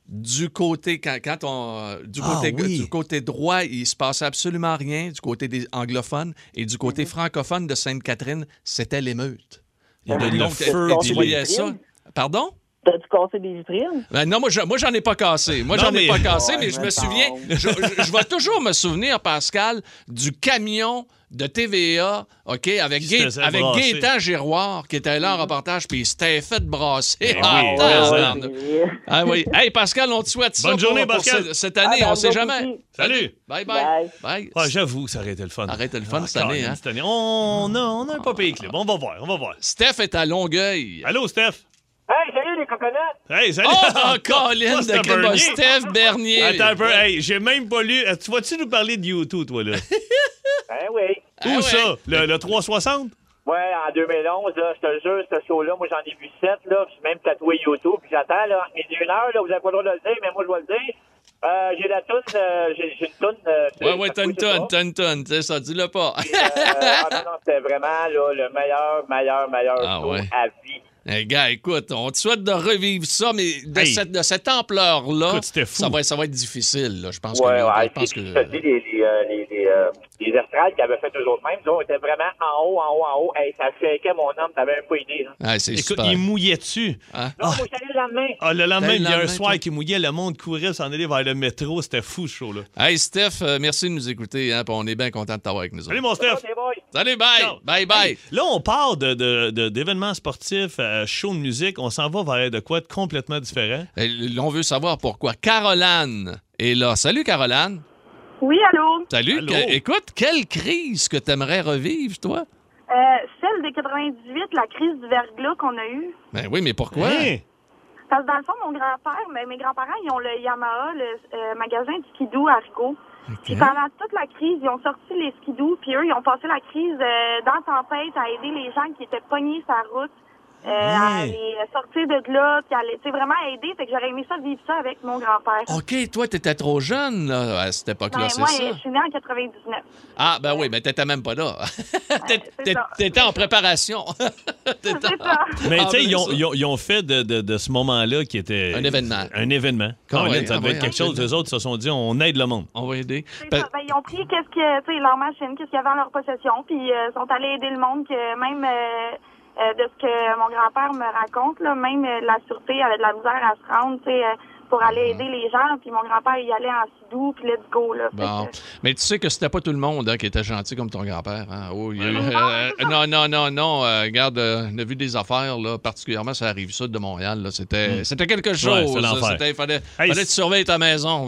S2: Du côté, quand, quand on, euh, du,
S1: Ah
S2: côté,
S1: oui.
S2: du côté droit, il se passait absolument rien du côté des anglophones et du
S1: Mhm.
S2: côté francophone de Sainte-Catherine, c'était l'émeute.
S1: Il y avait Ah, le
S2: Donc,
S1: feu,
S2: tu
S9: on
S1: puis
S9: se
S1: les-
S2: voyais ça. Moi,
S9: T'as-tu cassé des vitrines?
S2: Ben non, moi, je- moi, j'en ai pas cassé. Moi,
S1: Non,
S2: j'en ai
S1: mais-
S2: pas cassé,
S9: Ouais,
S2: mais je
S9: mais
S2: me
S9: non.
S2: souviens, je, je- je vais toujours me souvenir, Pascal, du camion de TVA, OK, avec,
S1: Qui se
S2: Gaé-
S1: faisait
S2: avec
S1: brasser.
S2: Gaétan Giroir, qui était
S1: Mhm.
S2: là en reportage, puis il s'était fait brasser.
S1: Ben
S2: Ah,
S1: oui,
S2: tabarnak.
S1: ouais,
S9: ouais.
S2: Ah oui. Hey, Pascal, on te souhaite ça
S1: Bonne
S2: pour-
S1: journée,
S2: pour
S1: Pascal.
S2: ce- cette année.
S9: Ah, ben,
S2: on sait
S9: vous
S2: jamais.
S9: aussi.
S1: Salut.
S2: Bye, bye. Bye.
S1: Ah, J'avoue, ça aurait été le fun.
S2: Arrête le fun
S1: Ah,
S2: cette année,
S1: Colin,
S2: hein.
S1: cette année. On a, on a un papier clip. On va voir, on va voir.
S2: Steph est à Longueuil.
S1: Allô, Steph?
S9: Hey, salut les coconuts!
S1: Hey, salut!
S2: Oh,
S1: Toi,
S2: Colin
S1: Steph
S2: de Crémol.
S1: Ah, Bernier.
S2: Steph Bernier.
S1: Attends un peu, hey, j'ai même pas lu. Euh, Tu vas-tu nous parler de YouTube, toi, là?
S9: Ben oui.
S1: Où
S2: Ah ouais.
S1: ça? Le, le 360?
S9: Ouais, en 2011, là, je te jure, ce show-là, moi, j'en ai vu sept, là. Je suis même tatoué YouTube, puis j'attends, là, entre midi et une heure, là, vous avez pas le droit de le dire, mais moi, je vais le dire. Euh, j'ai la toune, euh, j'ai j'ai une toune... euh,
S2: Ouais, ouais, t'as une
S9: tatouée, je sais
S2: tonne,
S9: pas.
S2: t'as une tonne. C'est ça, dis-le pas.
S9: Euh, ah, non, non, c'était vraiment, là, le meilleur, meilleur, meilleur
S2: Ah,
S9: show
S2: ouais.
S9: à vie.
S2: Hey, Eh, gars, écoute, on te souhaite de revivre ça, mais de
S1: Hey.
S2: cette, de cette ampleur-là,
S1: Écoute, c'était fou.
S2: ça va, ça va être difficile. là. Je pense
S9: Ouais,
S2: que.
S9: ouais,
S2: Ah, je pense
S9: puis,
S2: que-
S9: je te dis, les, les, euh, les, les, euh, les astrales qui avaient fait eux autres mêmes, on était vraiment en haut, en haut, en haut. Hey, ça shakeait mon homme, t'avais même pas idée. hein. Là.
S2: Ouais, c'est
S1: Écoute,
S2: super.
S1: il mouillait dessus.
S2: Hein?
S9: Non, moi, j'allais le lendemain.
S1: Ah, le lendemain,
S2: Dès le
S1: il y a un
S2: lendemain,
S1: soir
S2: toi.
S1: qui mouillait, le monde courait s'en aller vers le métro. C'était fou, ce show-là.
S2: Hey, Steph, euh, merci de nous écouter. hein, puis on est bien content de t'avoir avec nous.
S1: Salut,
S2: autres.
S1: mon Steph!
S9: Les boys.
S2: Salut, bye.
S1: Ciao.
S2: Bye, bye.
S1: Hey, là, on part de- de- de- d'événements sportifs à show de musique. On s'en va vers de quoi de complètement différent.
S2: Euh, On veut savoir pourquoi. Caroline est là. Salut, Caroline.
S10: Oui, allô?
S2: Salut.
S1: Allô.
S2: Que- écoute, quelle crise que t'aimerais revivre, toi?
S10: Euh, celle de 98, la crise du verglas qu'on a eue.
S2: Ben oui, mais pourquoi?
S1: Hein?
S10: Parce que dans le fond, mon grand-père, mais mes grands-parents, ils ont le Yamaha, le euh, magasin de skidoo à Rigaud. Puis pendant toute la crise, ils ont sorti les skidoo, puis eux, ils ont passé la crise euh, dans tempête à aider les gens qui étaient pognés sur la route, euh, à
S1: Hey.
S10: les sortir de là, puis à les, tu sais, vraiment aider. Fait que j'aurais aimé ça vivre ça avec mon grand-père.
S2: OK, toi, t'étais trop jeune là, à cette époque-là,
S10: Ben,
S2: c'est
S10: moi,
S2: ça?
S10: je suis née en 99.
S2: Ah, ben oui, mais t'étais même pas là. T'é-
S10: Ben, c'est
S2: t'é-
S10: ça.
S2: T'étais en préparation. T'étais-
S10: C'est ça.
S1: Mais
S2: Ah,
S1: tu sais,
S2: ben,
S1: ils, ont-
S2: ça.
S1: ils ont- ils ont fait de, de- de ce moment-là qui était.
S2: Un événement.
S1: Un événement. Quand
S2: Ah ouais,
S1: ça
S2: ah
S1: devait
S2: ouais,
S1: être quelque chose,
S2: absolument.
S1: les autres se sont dit on aide le monde.
S2: On va aider.
S10: C'est
S2: Ben,
S10: ça. Ben, ils ont pris qu'est-ce que, tu sais, leur machine, qu'est-ce qu'il y avait en leur possession, puis euh, sont allés aider le monde, que même euh, euh, de ce que mon grand-père me raconte, là, même euh, la sûreté avait de la misère à se rendre, tu sais, euh, pour aller
S9: Mhm.
S10: aider les gens, puis mon grand-père, il allait en sidou, puis let's go, là. Fait
S2: Bon.
S10: que-
S2: Mais tu sais que c'était pas tout le monde hein, qui était gentil comme ton grand-père. hein. Oh, il y a eu-
S10: Ouais.
S2: euh, non, non, non, non. euh, regarde, euh, on a vu des affaires, là, particulièrement ça arrive sud de Montréal. là, C'était c'était quelque chose.
S1: Hmm. c'est l'enfer.
S2: C'était- Il fallait,
S1: Hey, Ah
S2: fallait te
S1: c'est-
S2: surveiller ta maison.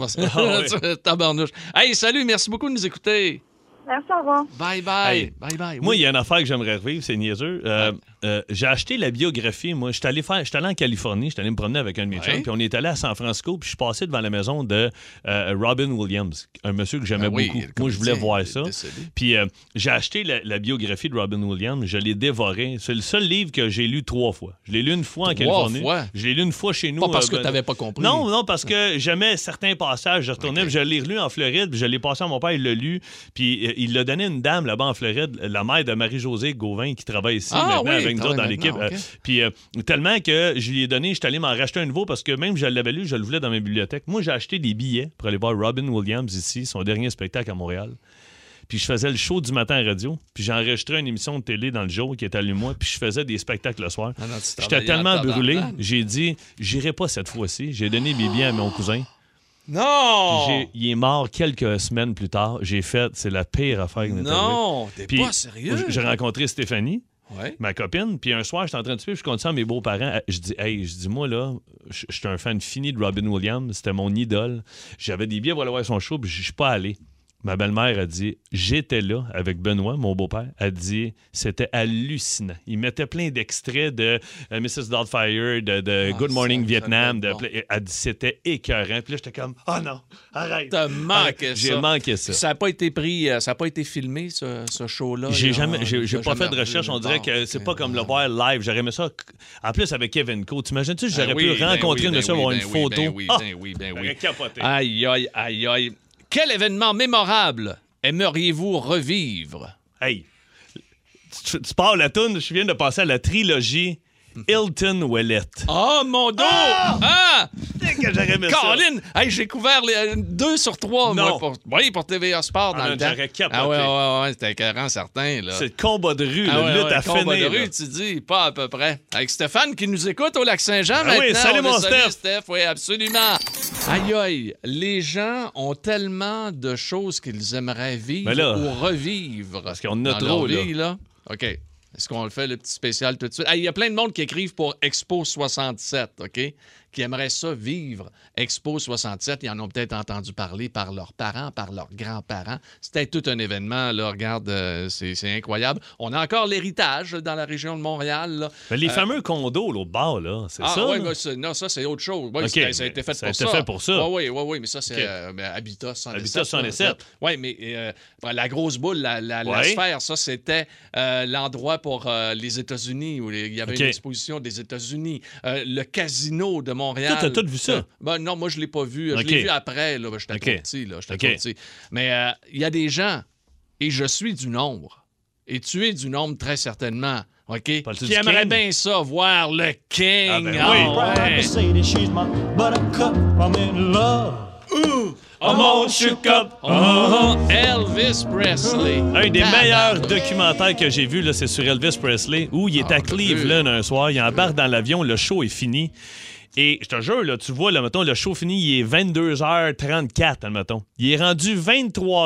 S2: parce que- Tabarnouche. Hey, salut, merci beaucoup de nous écouter.
S10: Merci, au revoir.
S2: Bye bye.
S1: Hey.
S2: Bye bye.
S1: Moi,
S2: Oui.
S1: il y a une affaire que j'aimerais revivre, c'est niaiseux. Euh, euh, j'ai acheté la biographie, moi. J'étais allé, faire, j'étais allé en Californie, j'étais allé me promener avec un de mes
S2: Ouais.
S1: chums, puis on est allé à San Francisco, puis je suis passé devant la maison de euh, Robin Williams, un monsieur que j'aimais
S2: Ah oui,
S1: beaucoup.
S2: le
S1: Moi, je voulais
S2: comédien
S1: voir ça.
S2: décédé.
S1: Puis euh, j'ai acheté la, la biographie de Robin Williams, je l'ai dévoré. C'est le seul livre que j'ai lu trois fois. Je l'ai lu une fois en
S2: Trois
S1: Californie.
S2: fois?
S1: Je l'ai lu une fois chez nous.
S2: Pas parce que
S1: ben-
S2: t'avais pas compris.
S1: Non, non, parce que j'aimais certains passages. Je retournais, puis je l'ai relu en Floride, puis je l'ai passé à mon père, il l'a lu, puis euh, il l'a donné à une dame là-bas en Floride, la mère de Marie-Josée Gauvin, qui travaille ici
S2: Ah
S1: maintenant
S2: oui,
S1: avec nous
S2: travaille
S1: autres dans l'équipe.
S2: maintenant, ok.
S1: Euh, Puis euh, tellement que je lui ai donné, je suis allé m'en racheter un nouveau parce que même je l'avais lu, je le voulais dans ma bibliothèque. Moi, j'ai acheté des billets pour aller voir Robin Williams ici, son dernier spectacle à Montréal. Puis je faisais le show du matin à radio, puis j'enregistrais une émission de télé dans le jour qui était à moi, puis je faisais des spectacles le soir.
S2: Ah non, tu
S1: J'étais
S2: travaillais
S1: tellement
S2: en tabarnak.
S1: brûlé, j'ai dit, j'irai pas cette fois-ci. J'ai donné mes biens à mon cousin.
S2: Non.
S1: J'ai- Il est mort quelques semaines plus tard. J'ai fait, c'est la pire affaire qui m'est arrivée.
S2: Non, t'es
S1: Puis,
S2: pas sérieux.
S1: J'ai rencontré Stéphanie,
S2: Ouais.
S1: ma copine, puis un soir, j'étais en train de suivre, je compte ça à mes beaux-parents. Je dis, hey, je dis, moi, là, je je suis un fan fini de Robin Williams, c'était mon idole. J'avais des billets pour aller voir son show, puis je suis pas allé. Ma belle-mère a dit J'étais là avec Benoît, mon beau-père. A dit C'était hallucinant. Il mettait plein d'extraits de euh, Mrs. Doubtfire, de, de
S2: Ah,
S1: Good Morning Vietnam. De, ple- Elle dit C'était écœurant. Puis là, j'étais comme Oh non, arrête.
S2: T'as manqué
S1: Arrête.
S2: ça.
S1: Ah, J'ai manqué ça.
S2: Ça n'a pas été pris, euh, ça n'a pas été filmé, ce, ce show-là.
S1: J'ai
S2: là,
S1: jamais,
S2: on-
S1: j'ai, j'ai
S2: on
S1: pas
S2: l'a
S1: fait de
S2: jamais
S1: recherche.
S2: revu
S1: On
S2: nulle
S1: dirait
S2: part. Ben
S1: que c'est pas comme le voir live. J'aurais aimé ça. En plus, avec Kevin Co. T'imagines-tu, j'aurais
S2: Ah
S1: pu
S2: oui, ben
S1: rencontrer
S2: oui,
S1: le
S2: ben
S1: monsieur,
S2: oui,
S1: avoir
S2: ben
S1: une
S2: oui,
S1: photo.
S2: ben oui,
S1: Ah!
S2: ben oui, ben oui.
S1: J'aurais capoté.
S2: Aïe, aïe, aïe, aïe. Quel événement mémorable aimeriez-vous revivre?
S1: Hey, tu, tu pars la toune, je viens de passer à la trilogie Hilton Wallet.
S2: Oh mon dos! Ah!
S1: que j'aurais aimé ça.
S2: Colin! Hey, j'ai couvert les, euh, deux sur trois,
S1: Non.
S2: moi, pour, oui, pour TVA Sport dans
S1: Ah,
S2: le
S1: là,
S2: temps.
S1: j'aurais capoté.
S2: Ah ouais, ouais, ouais, c'était écœurant, certain, là.
S1: C'est le combat de rue,
S2: Ah
S1: le
S2: ouais,
S1: lutte
S2: ouais,
S1: à
S2: combat
S1: finir.
S2: de rue,
S1: là.
S2: tu dis, pas à peu près. Avec Stéphane qui nous écoute au Lac-Saint-Jean
S1: Ah oui,
S2: maintenant.
S1: salut
S2: on
S1: mon
S2: le salue,
S1: Steph.
S2: oui, absolument. Aïe, aïe, les gens ont tellement de choses qu'ils aimeraient vivre
S1: Mais Ben là,
S2: ou revivre.
S1: parce qu'on en a
S2: dans
S1: trop,
S2: leur vie, là. OK. Est-ce qu'on le fait, le petit spécial, tout de suite? Ah, Il y a plein de monde qui écrivent pour Expo 67, OK? Qui aimeraient ça vivre. Expo 67, ils en ont peut-être entendu parler par leurs parents, par leurs grands-parents. C'était tout un événement, là. Regarde, euh, c'est c'est incroyable. On a encore l'héritage dans la région de Montréal, là.
S1: Mais les
S2: Euh,
S1: fameux condos, là, au bar, là, c'est
S2: ah,
S1: ça?
S2: ouais,
S1: là?
S2: ouais, c'est- non, ça, c'est autre chose. Ouais,
S1: OK,
S2: c'était- ça a été
S1: mais
S2: fait
S1: ça a
S2: pour
S1: été
S2: ça.
S1: fait pour ça.
S2: Oui, oui, oui, mais ça, c'est
S1: OK.
S2: euh, ben, Habitat 107.
S1: Habitat 107.
S2: Oui, mais euh, ben, la grosse boule, la, la- la
S1: Ouais.
S2: sphère, ça, c'était euh, l'endroit pour euh, les États-Unis, où les- il y avait
S1: OK.
S2: une exposition des États-Unis. Euh, le casino de Montréal.
S1: Toi, t'as tout vu ça?
S2: Euh, ben, non, moi, je ne l'ai pas vu. Je
S1: OK.
S2: l'ai vu après. là. Ben, J'étais
S1: OK.
S2: trop petit. là. J'étais
S1: OK.
S2: trop petit. Mais euh, il y a des gens, et je suis du nombre, et tu es du nombre très certainement, OK?
S1: Parles-tu
S2: Qui
S1: du
S2: aimerait
S1: King?
S2: bien ça, voir le King.
S1: Ah, ben
S2: Ah,
S1: oui.
S2: ouais.
S11: Mercedes, she's my buttercup. I'm in love.
S1: Oh, mon chou-cop!
S2: Oh, Elvis Presley.
S1: Un des
S2: Ah,
S1: meilleurs
S2: ben,
S1: documentaires que j'ai vu, là, c'est sur Elvis Presley, où
S2: Ah,
S1: il est à Cleveland un soir, il embarque dans l'avion, le show est fini. Et je te jure, là, tu vois, là, mettons, le show fini, il est 22h34, admettons. Il est rendu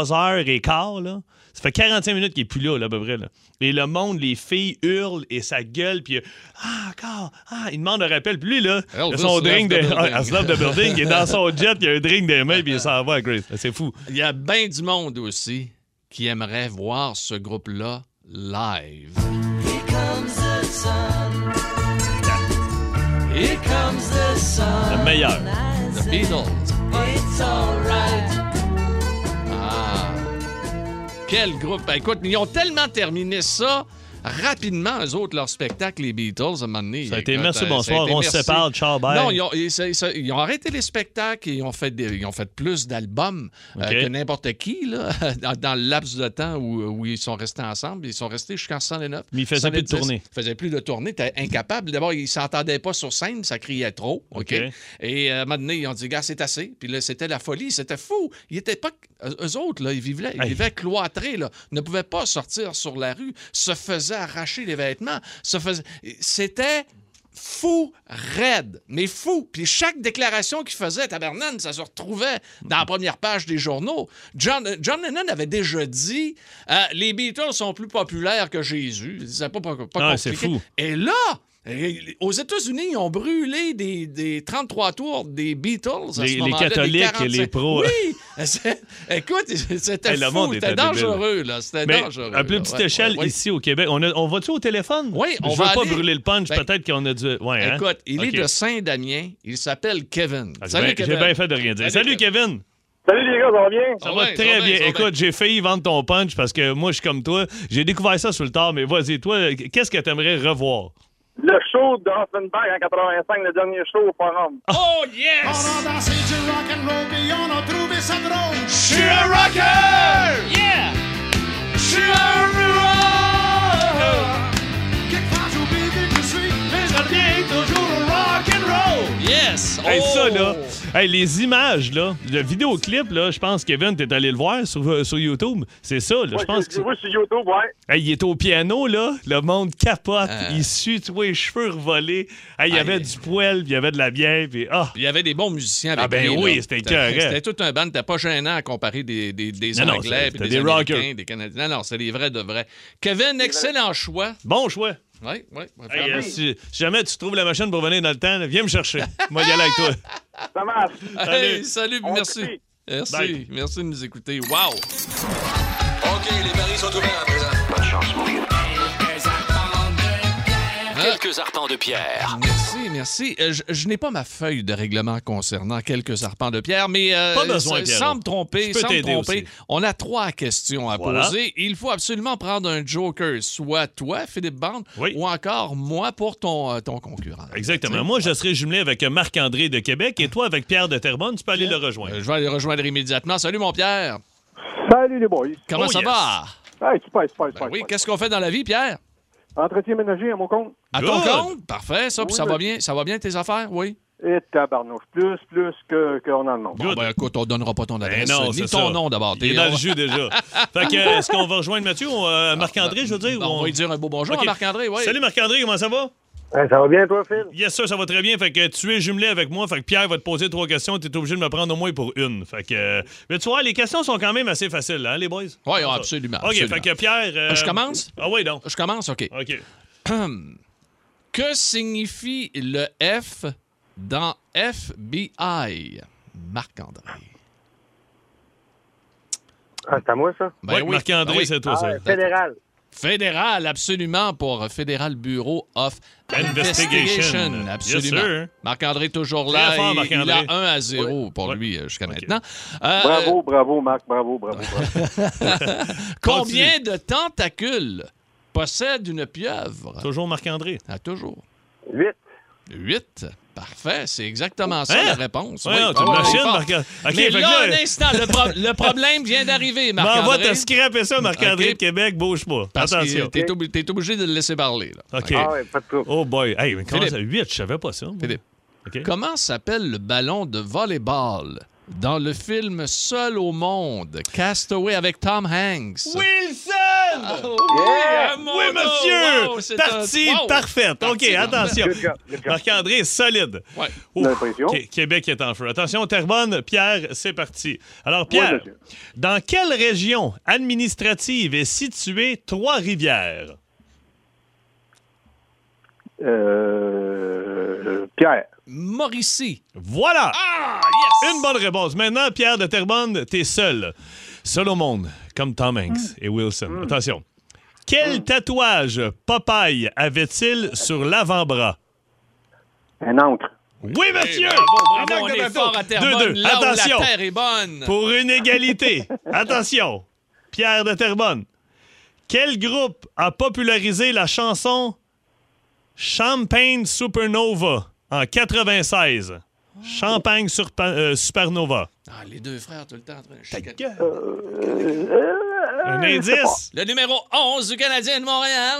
S1: 23h15, là. Ça fait 45 minutes qu'il est plus là, là, à peu près. là. Et le monde, les filles hurlent et sa gueule, puis euh, ah, encore, ah, il demande un rappel. Puis lui, là,
S2: Elvis
S1: son
S2: se lève
S1: drink
S2: de
S1: de.
S2: building.
S1: Ah, elle se lève de building, il est dans son jet, il a un drink des mains, puis il s'en va à Grace. C'est fou.
S2: Il y a bien du monde aussi qui aimerait voir ce groupe-là live. Here comes the sun.
S1: Le meilleur.
S2: The Beatles. Ah. Quel groupe. Ben, écoute, ils ont tellement terminé ça rapidement, eux autres, leur spectacle, les Beatles, à un moment donné.
S1: Ça a été
S2: Écoute,
S1: merci,
S2: euh,
S1: bonsoir,
S2: ça a été
S1: on
S2: merci.
S1: se sépare, ciao, bye.
S2: Non, ils ont, ils- ça- ça- ils ont arrêté les spectacles et ils ont fait, des- ils ont fait plus d'albums euh,
S1: OK.
S2: que n'importe qui là, dans, dans le laps de temps où, où ils sont restés ensemble. Ils sont restés jusqu'en 109.
S1: Mais ils faisaient plus de
S2: 110.
S1: tournées.
S2: Ils faisaient plus de tournées. T'es incapable. D'abord, ils s'entendaient pas sur scène, ça criait trop. OK?
S1: OK.
S2: Et euh, à un moment donné, ils ont dit, gars, c'est assez. Puis là, c'était la folie, c'était fou. Ils étaient pas. eux- Eux autres, là, ils vivaient, ils
S1: Hey.
S2: vivaient cloîtrés, là. ne pouvaient pas sortir sur la rue, se faisaient arracher les vêtements, se faisaient. C'était. Fou, raide, mais fou. Puis chaque déclaration qu'il faisait, Tabernan, ça se retrouvait dans la première page des journaux. John, euh, John Lennon avait déjà dit euh, Les Beatles sont plus populaires que Jésus. Il disait pas, pas, pas
S1: Ah,
S2: compliqué.
S1: c'est fou.
S2: Et là, et- aux États-Unis, ils ont brûlé des, des 33 tours des Beatles. à
S1: Les-
S2: ce
S1: les
S2: moment-là, des
S1: catholiques et
S2: 45.
S1: les pros.
S2: Oui! C'est- Écoute, c'était
S1: Hey, le
S2: fou,
S1: monde
S2: c'était
S1: était débile.
S2: dangereux. là, C'était
S1: Mais
S2: dangereux.
S1: à plus
S2: là.
S1: petite
S2: Ouais,
S1: échelle,
S2: ouais, ouais.
S1: ici au Québec, on, a- on va-tu au téléphone?
S2: Oui, on
S1: Je
S2: va
S1: veux pas
S2: aller.
S1: brûler le punch,
S2: Ben,
S1: peut-être qu'on a dû... Ouais, hein?
S2: Écoute, il
S1: Ok.
S2: est de Saint-Damien. Il s'appelle Kevin.
S1: Ah, j'ai
S2: Salut,
S1: bien-
S2: Kevin.
S1: J'ai bien fait de rien dire.
S2: Salut,
S1: Salut, Kevin!
S9: Salut les gars, ça va bien?
S1: Ça
S2: Ah
S1: va
S2: ouais, ça
S1: très
S2: va
S1: bien.
S2: ça va
S1: Écoute, j'ai failli vendre ton punch parce que moi, je suis comme toi. J'ai découvert ça sur le tard, mais vas-y, toi, qu'est-ce que t'aimerais revoir?
S9: Le show de Offenbach en 85, le dernier show au Forum.
S2: Oh, yes! Je suis un rocker! Yeah! Je suis un rocker! Yes!
S1: Hey,
S2: Oh!
S1: ça, là. Hey, les images, là. Le vidéoclip, là, je pense, Kevin, t'es allé le voir sur, euh, sur YouTube. C'est ça, là. Je pense que.
S9: Oui, sur YouTube, ouais.
S1: Hey, il est au piano, là. Le monde capote. Il sue, tu vois, les cheveux revolés. Hey, il y avait
S2: Euh. Aïe.
S1: du poêle, puis il y avait de la bière, puis ah!
S2: Il y avait des bons musiciens avec
S1: Ah ben
S2: lui,
S1: oui,
S2: là.
S1: c'était
S2: C'était
S1: écœurant.
S2: c'était tout un band. T'as pas gênant à comparer des, des, des
S1: Non, non,
S2: Anglais, puis
S1: c'était
S2: des,
S1: des rockers.
S2: Américains, des Canadiens. Non, non, c'est les vrais de vrais. Kevin, excellent choix.
S1: Bon choix.
S2: Oui, Ah oui.
S1: Hey, euh, si, si jamais tu trouves la machine pour venir dans le temps, là, viens me chercher. Moi, y aller avec toi.
S9: Ça marche.
S1: salut.
S2: salut,
S9: On
S2: merci.
S9: crie.
S2: Merci.
S1: Bye.
S2: Merci de nous écouter. Wow!
S12: OK, les paris sont ouverts à présent. Bonne chance, mon vieux. Quelques arpents de
S1: Ah!
S12: pierre.
S2: Merci, merci. Euh, je je n'ai pas ma feuille de règlement concernant quelques arpents de pierre, mais euh,
S1: Pas besoin,
S2: ça-
S1: Pierrot.
S2: sans me
S1: Je
S2: tromper,
S1: peux
S2: sans me
S1: t'aider
S2: tromper,
S1: aussi.
S2: on a trois questions à
S1: Voilà.
S2: poser. Il faut absolument prendre un joker, soit toi, Philippe Bande, ou encore moi pour ton, euh, ton concurrent.
S1: Exactement. Moi, je serai jumelé avec euh, Marc-André de Québec et toi avec Pierre de Terrebonne. Tu peux aller le rejoindre.
S2: Euh, Je vais aller le rejoindre immédiatement. Salut, mon Pierre.
S13: Salut les boys.
S2: Comment
S13: Oh,
S2: ça
S13: yes.
S2: va? Ben
S13: Hey, super, super, super.
S2: Oui, qu'est-ce qu'on fait dans la vie, Pierre?
S13: Entretien ménager à mon compte.
S2: À ton compte? Parfait, ça. puis
S13: Oui,
S2: ça va
S13: mais-
S2: bien, ça va bien tes affaires, oui?
S13: Et tabarnouche. Plus, plus que, qu'on en demande.
S2: Bon, ben, écoute, on donnera pas ton adresse,
S1: Ben non,
S2: ni
S1: c'est
S2: ton
S1: ça.
S2: nom d'abord.
S1: Il est
S2: T'es-
S1: dans le jus déjà. Fait que, euh, est-ce qu'on va rejoindre Mathieu ou euh, Marc-André, je veux dire?
S2: ben, on va lui dire un beau bonjour
S1: Ok.
S2: à Marc-André, oui.
S1: Salut Marc-André, comment ça va?
S13: ça va bien, toi, Phil?
S1: Yes, sir, ça va très bien. Fait que tu es jumelé avec moi. Fait que Pierre va te poser trois questions. Tu es obligé de me prendre au moins pour une. Fait que. euh, Mais tu vois, les questions sont quand même assez faciles, hein, les boys?
S2: Oui, absolument.
S1: OK,
S2: absolument.
S1: fait que Pierre. euh,
S2: Je commence?
S1: Ah oui, donc.
S2: Je commence, OK.
S1: OK.
S2: que signifie le F dans FBI? Marc-André.
S13: Ah, c'est à moi, ça?
S2: Ben oui. Ben oui.
S13: Ah, Fédéral.
S2: Fédéral, absolument, pour Fédéral Bureau of
S1: Investigation.
S2: Investigation.
S1: Yes,
S2: absolument.
S1: sir.
S2: Marc-André toujours
S1: Très
S2: là.
S1: fort,
S2: il, il
S1: Marc-André.
S2: a 1 à 0 pour lui euh, jusqu'à maintenant. Euh,
S13: bravo, bravo, Marc. Bravo, bravo, bravo.
S2: Combien de tentacules possède une pieuvre?
S1: Toujours Marc-André.
S2: Ah, toujours.
S13: Huit.
S2: Huit. Parfait, c'est exactement ça
S1: Hein?
S2: la réponse.
S1: Ouais, t'es une
S2: bravo,
S1: machine,
S2: il est fort.
S1: Marc-André. Ok,
S2: Mais
S1: fait que
S2: là,
S1: là-
S2: un instant, le, pro- le problème vient d'arriver,
S1: M'en va
S2: Marc-André.
S1: te scraper ça, Marc-André
S2: Ok.
S1: de Québec. Bouge pas.
S2: Parce que
S1: Attention.
S2: t'es obli- t'es obligé de le laisser parler. là.
S1: OK.
S2: Ah
S13: ouais, pas de trouble.
S1: Oh boy. Hey, mais comment
S2: Philippe.
S1: ça? 8, je savais pas ça. moi.
S2: Philippe,
S1: OK.
S2: comment s'appelle le ballon de volleyball dans le film Seul au monde, Castaway avec Tom Hanks?
S1: Wilson!
S2: Ah. oui,
S1: Yeah!
S2: à mon
S1: Oui,
S2: nom.
S1: monsieur!
S2: Oh Wow, c'est
S1: Partie
S2: un- wow.
S1: parfaite. OK,
S2: Partie,
S1: attention.
S2: Good job, good job.
S1: Marc-André est solide.
S2: Ouais.
S1: Ouf,
S13: L'impression.
S1: Qué- Québec est en feu. Attention, Terrebonne, Pierre, c'est parti. Alors, Pierre,
S13: monsieur.
S1: dans quelle région administrative est située Trois-Rivières?
S13: Euh, Pierre.
S2: Mauricie.
S1: Voilà!
S2: Ah,
S1: Une bonne réponse. Maintenant, Pierre de Terrebonne, t'es seul. Seul au monde, comme Tom Hanks
S2: Mm.
S1: et Wilson. Attention. Quel tatouage Popeye avait-il sur l'avant-bras?
S13: Un encre.
S1: Oui, monsieur!
S2: Eh ben, Bravo, bravo,
S1: Un
S2: on
S1: acte de
S2: est
S1: bateau.
S2: fort à Terrebonne,
S1: Deux, deux.
S2: là où
S1: Attention.
S2: la terre est bonne.
S1: Pour une égalité. Attention. Pierre de Terrebonne. Quel groupe a popularisé la chanson Champagne Supernova en 96? Champagne Surpa- euh, Supernova.
S2: Ah, les deux frères tout le temps en train de chicaner.
S1: Un indice?
S2: Le numéro 11 du Canadien de Montréal.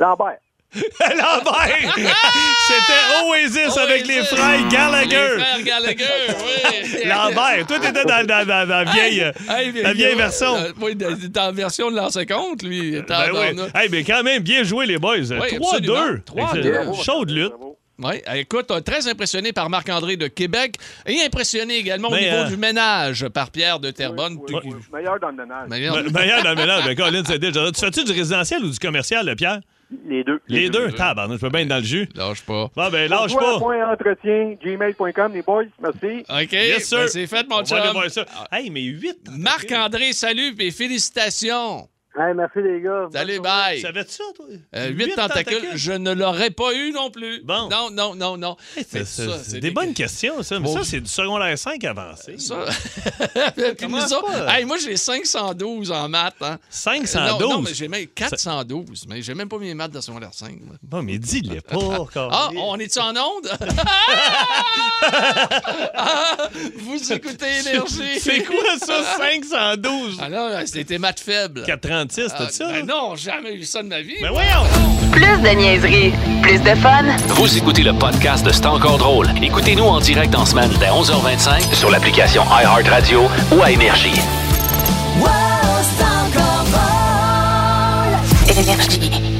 S13: Lambert.
S1: Lambert! C'était Oasis, avec les frères
S2: Les
S1: Gallagher.
S2: frères Gallagher, oui.
S1: Lambert, toi, t'étais dans, dans- dans- dans la vieille, euh,
S2: Hey, mais-
S1: la vieille
S2: euh,
S1: version.
S2: euh, oui, dans, dans la version de l'an 50, lui.
S1: Ben oui. Hey, mais quand même, bien joué, les boys. 3-2. Excellent.
S2: 3-2.
S1: Chaude lutte.
S2: Oui, écoute, euh, très impressionné par Marc-André de Québec et impressionné également
S1: Ben,
S2: au niveau
S1: euh,
S2: du ménage par Pierre de Terrebonne. Puis-
S13: Meilleur dans le ménage.
S2: Meilleur-
S1: Me- Meilleur dans le mélange. Ben, Colin, c'est déjà. Tu fais-tu du résidentiel ou du commercial, là, Pierre?
S13: Les deux.
S1: Les deux. Tabarnak, je peux bien être dans le jus.
S2: Lâche pas.
S1: Bon, ben, lâche
S13: Bonjour,
S1: pas.
S13: Point entretien, gmail.com, les boys. Merci.
S2: OK,
S1: Yes, sir.
S2: ben, c'est fait, mon
S1: On va aller
S2: chum. Ah.
S1: voir ça. Hey, mais 8.
S2: Marc-André, salut et félicitations.
S13: Hey, merci, les gars.
S2: Salut,
S1: Tu
S2: bye.
S1: savais ça, toi?
S2: Euh,
S1: Huit
S2: huit tentacules, je ne l'aurais pas eu non plus.
S1: Bon. Eh,
S2: Non, non, non, non.
S1: C'est-
S2: Mais ça,
S1: Ben, C'est c'est des bonnes questions, ça. Mais
S2: Bon.
S1: ça, c'est du secondaire 5 avancé.
S2: Ça. Puis
S1: Comment
S2: nous autres,
S1: pas?
S2: hey, moi, j'ai 512 en maths. Hein. Euh,
S1: 512.
S2: Non, non, mais j'ai même 412. Mais j'ai même pas mis les maths de secondaire 5. moi.
S1: Bon, mais dis-le pas, encore.
S2: Ah, on est-tu en onde? Ah! Vous écoutez Énergie.
S1: C'est quoi ça, 512?
S2: Ah non, c'était maths faible.
S1: 436, t'as
S2: Ah,
S1: dit ça?
S2: ben non, jamais eu ça de ma vie.
S1: Mais voyons!
S4: Plus de niaiserie, plus de fun.
S12: Vous écoutez le podcast de C'est encore drôle. Écoutez-nous en direct en semaine dès 11h25 sur l'application iHeartRadio ou à Énergie.
S8: Énergie.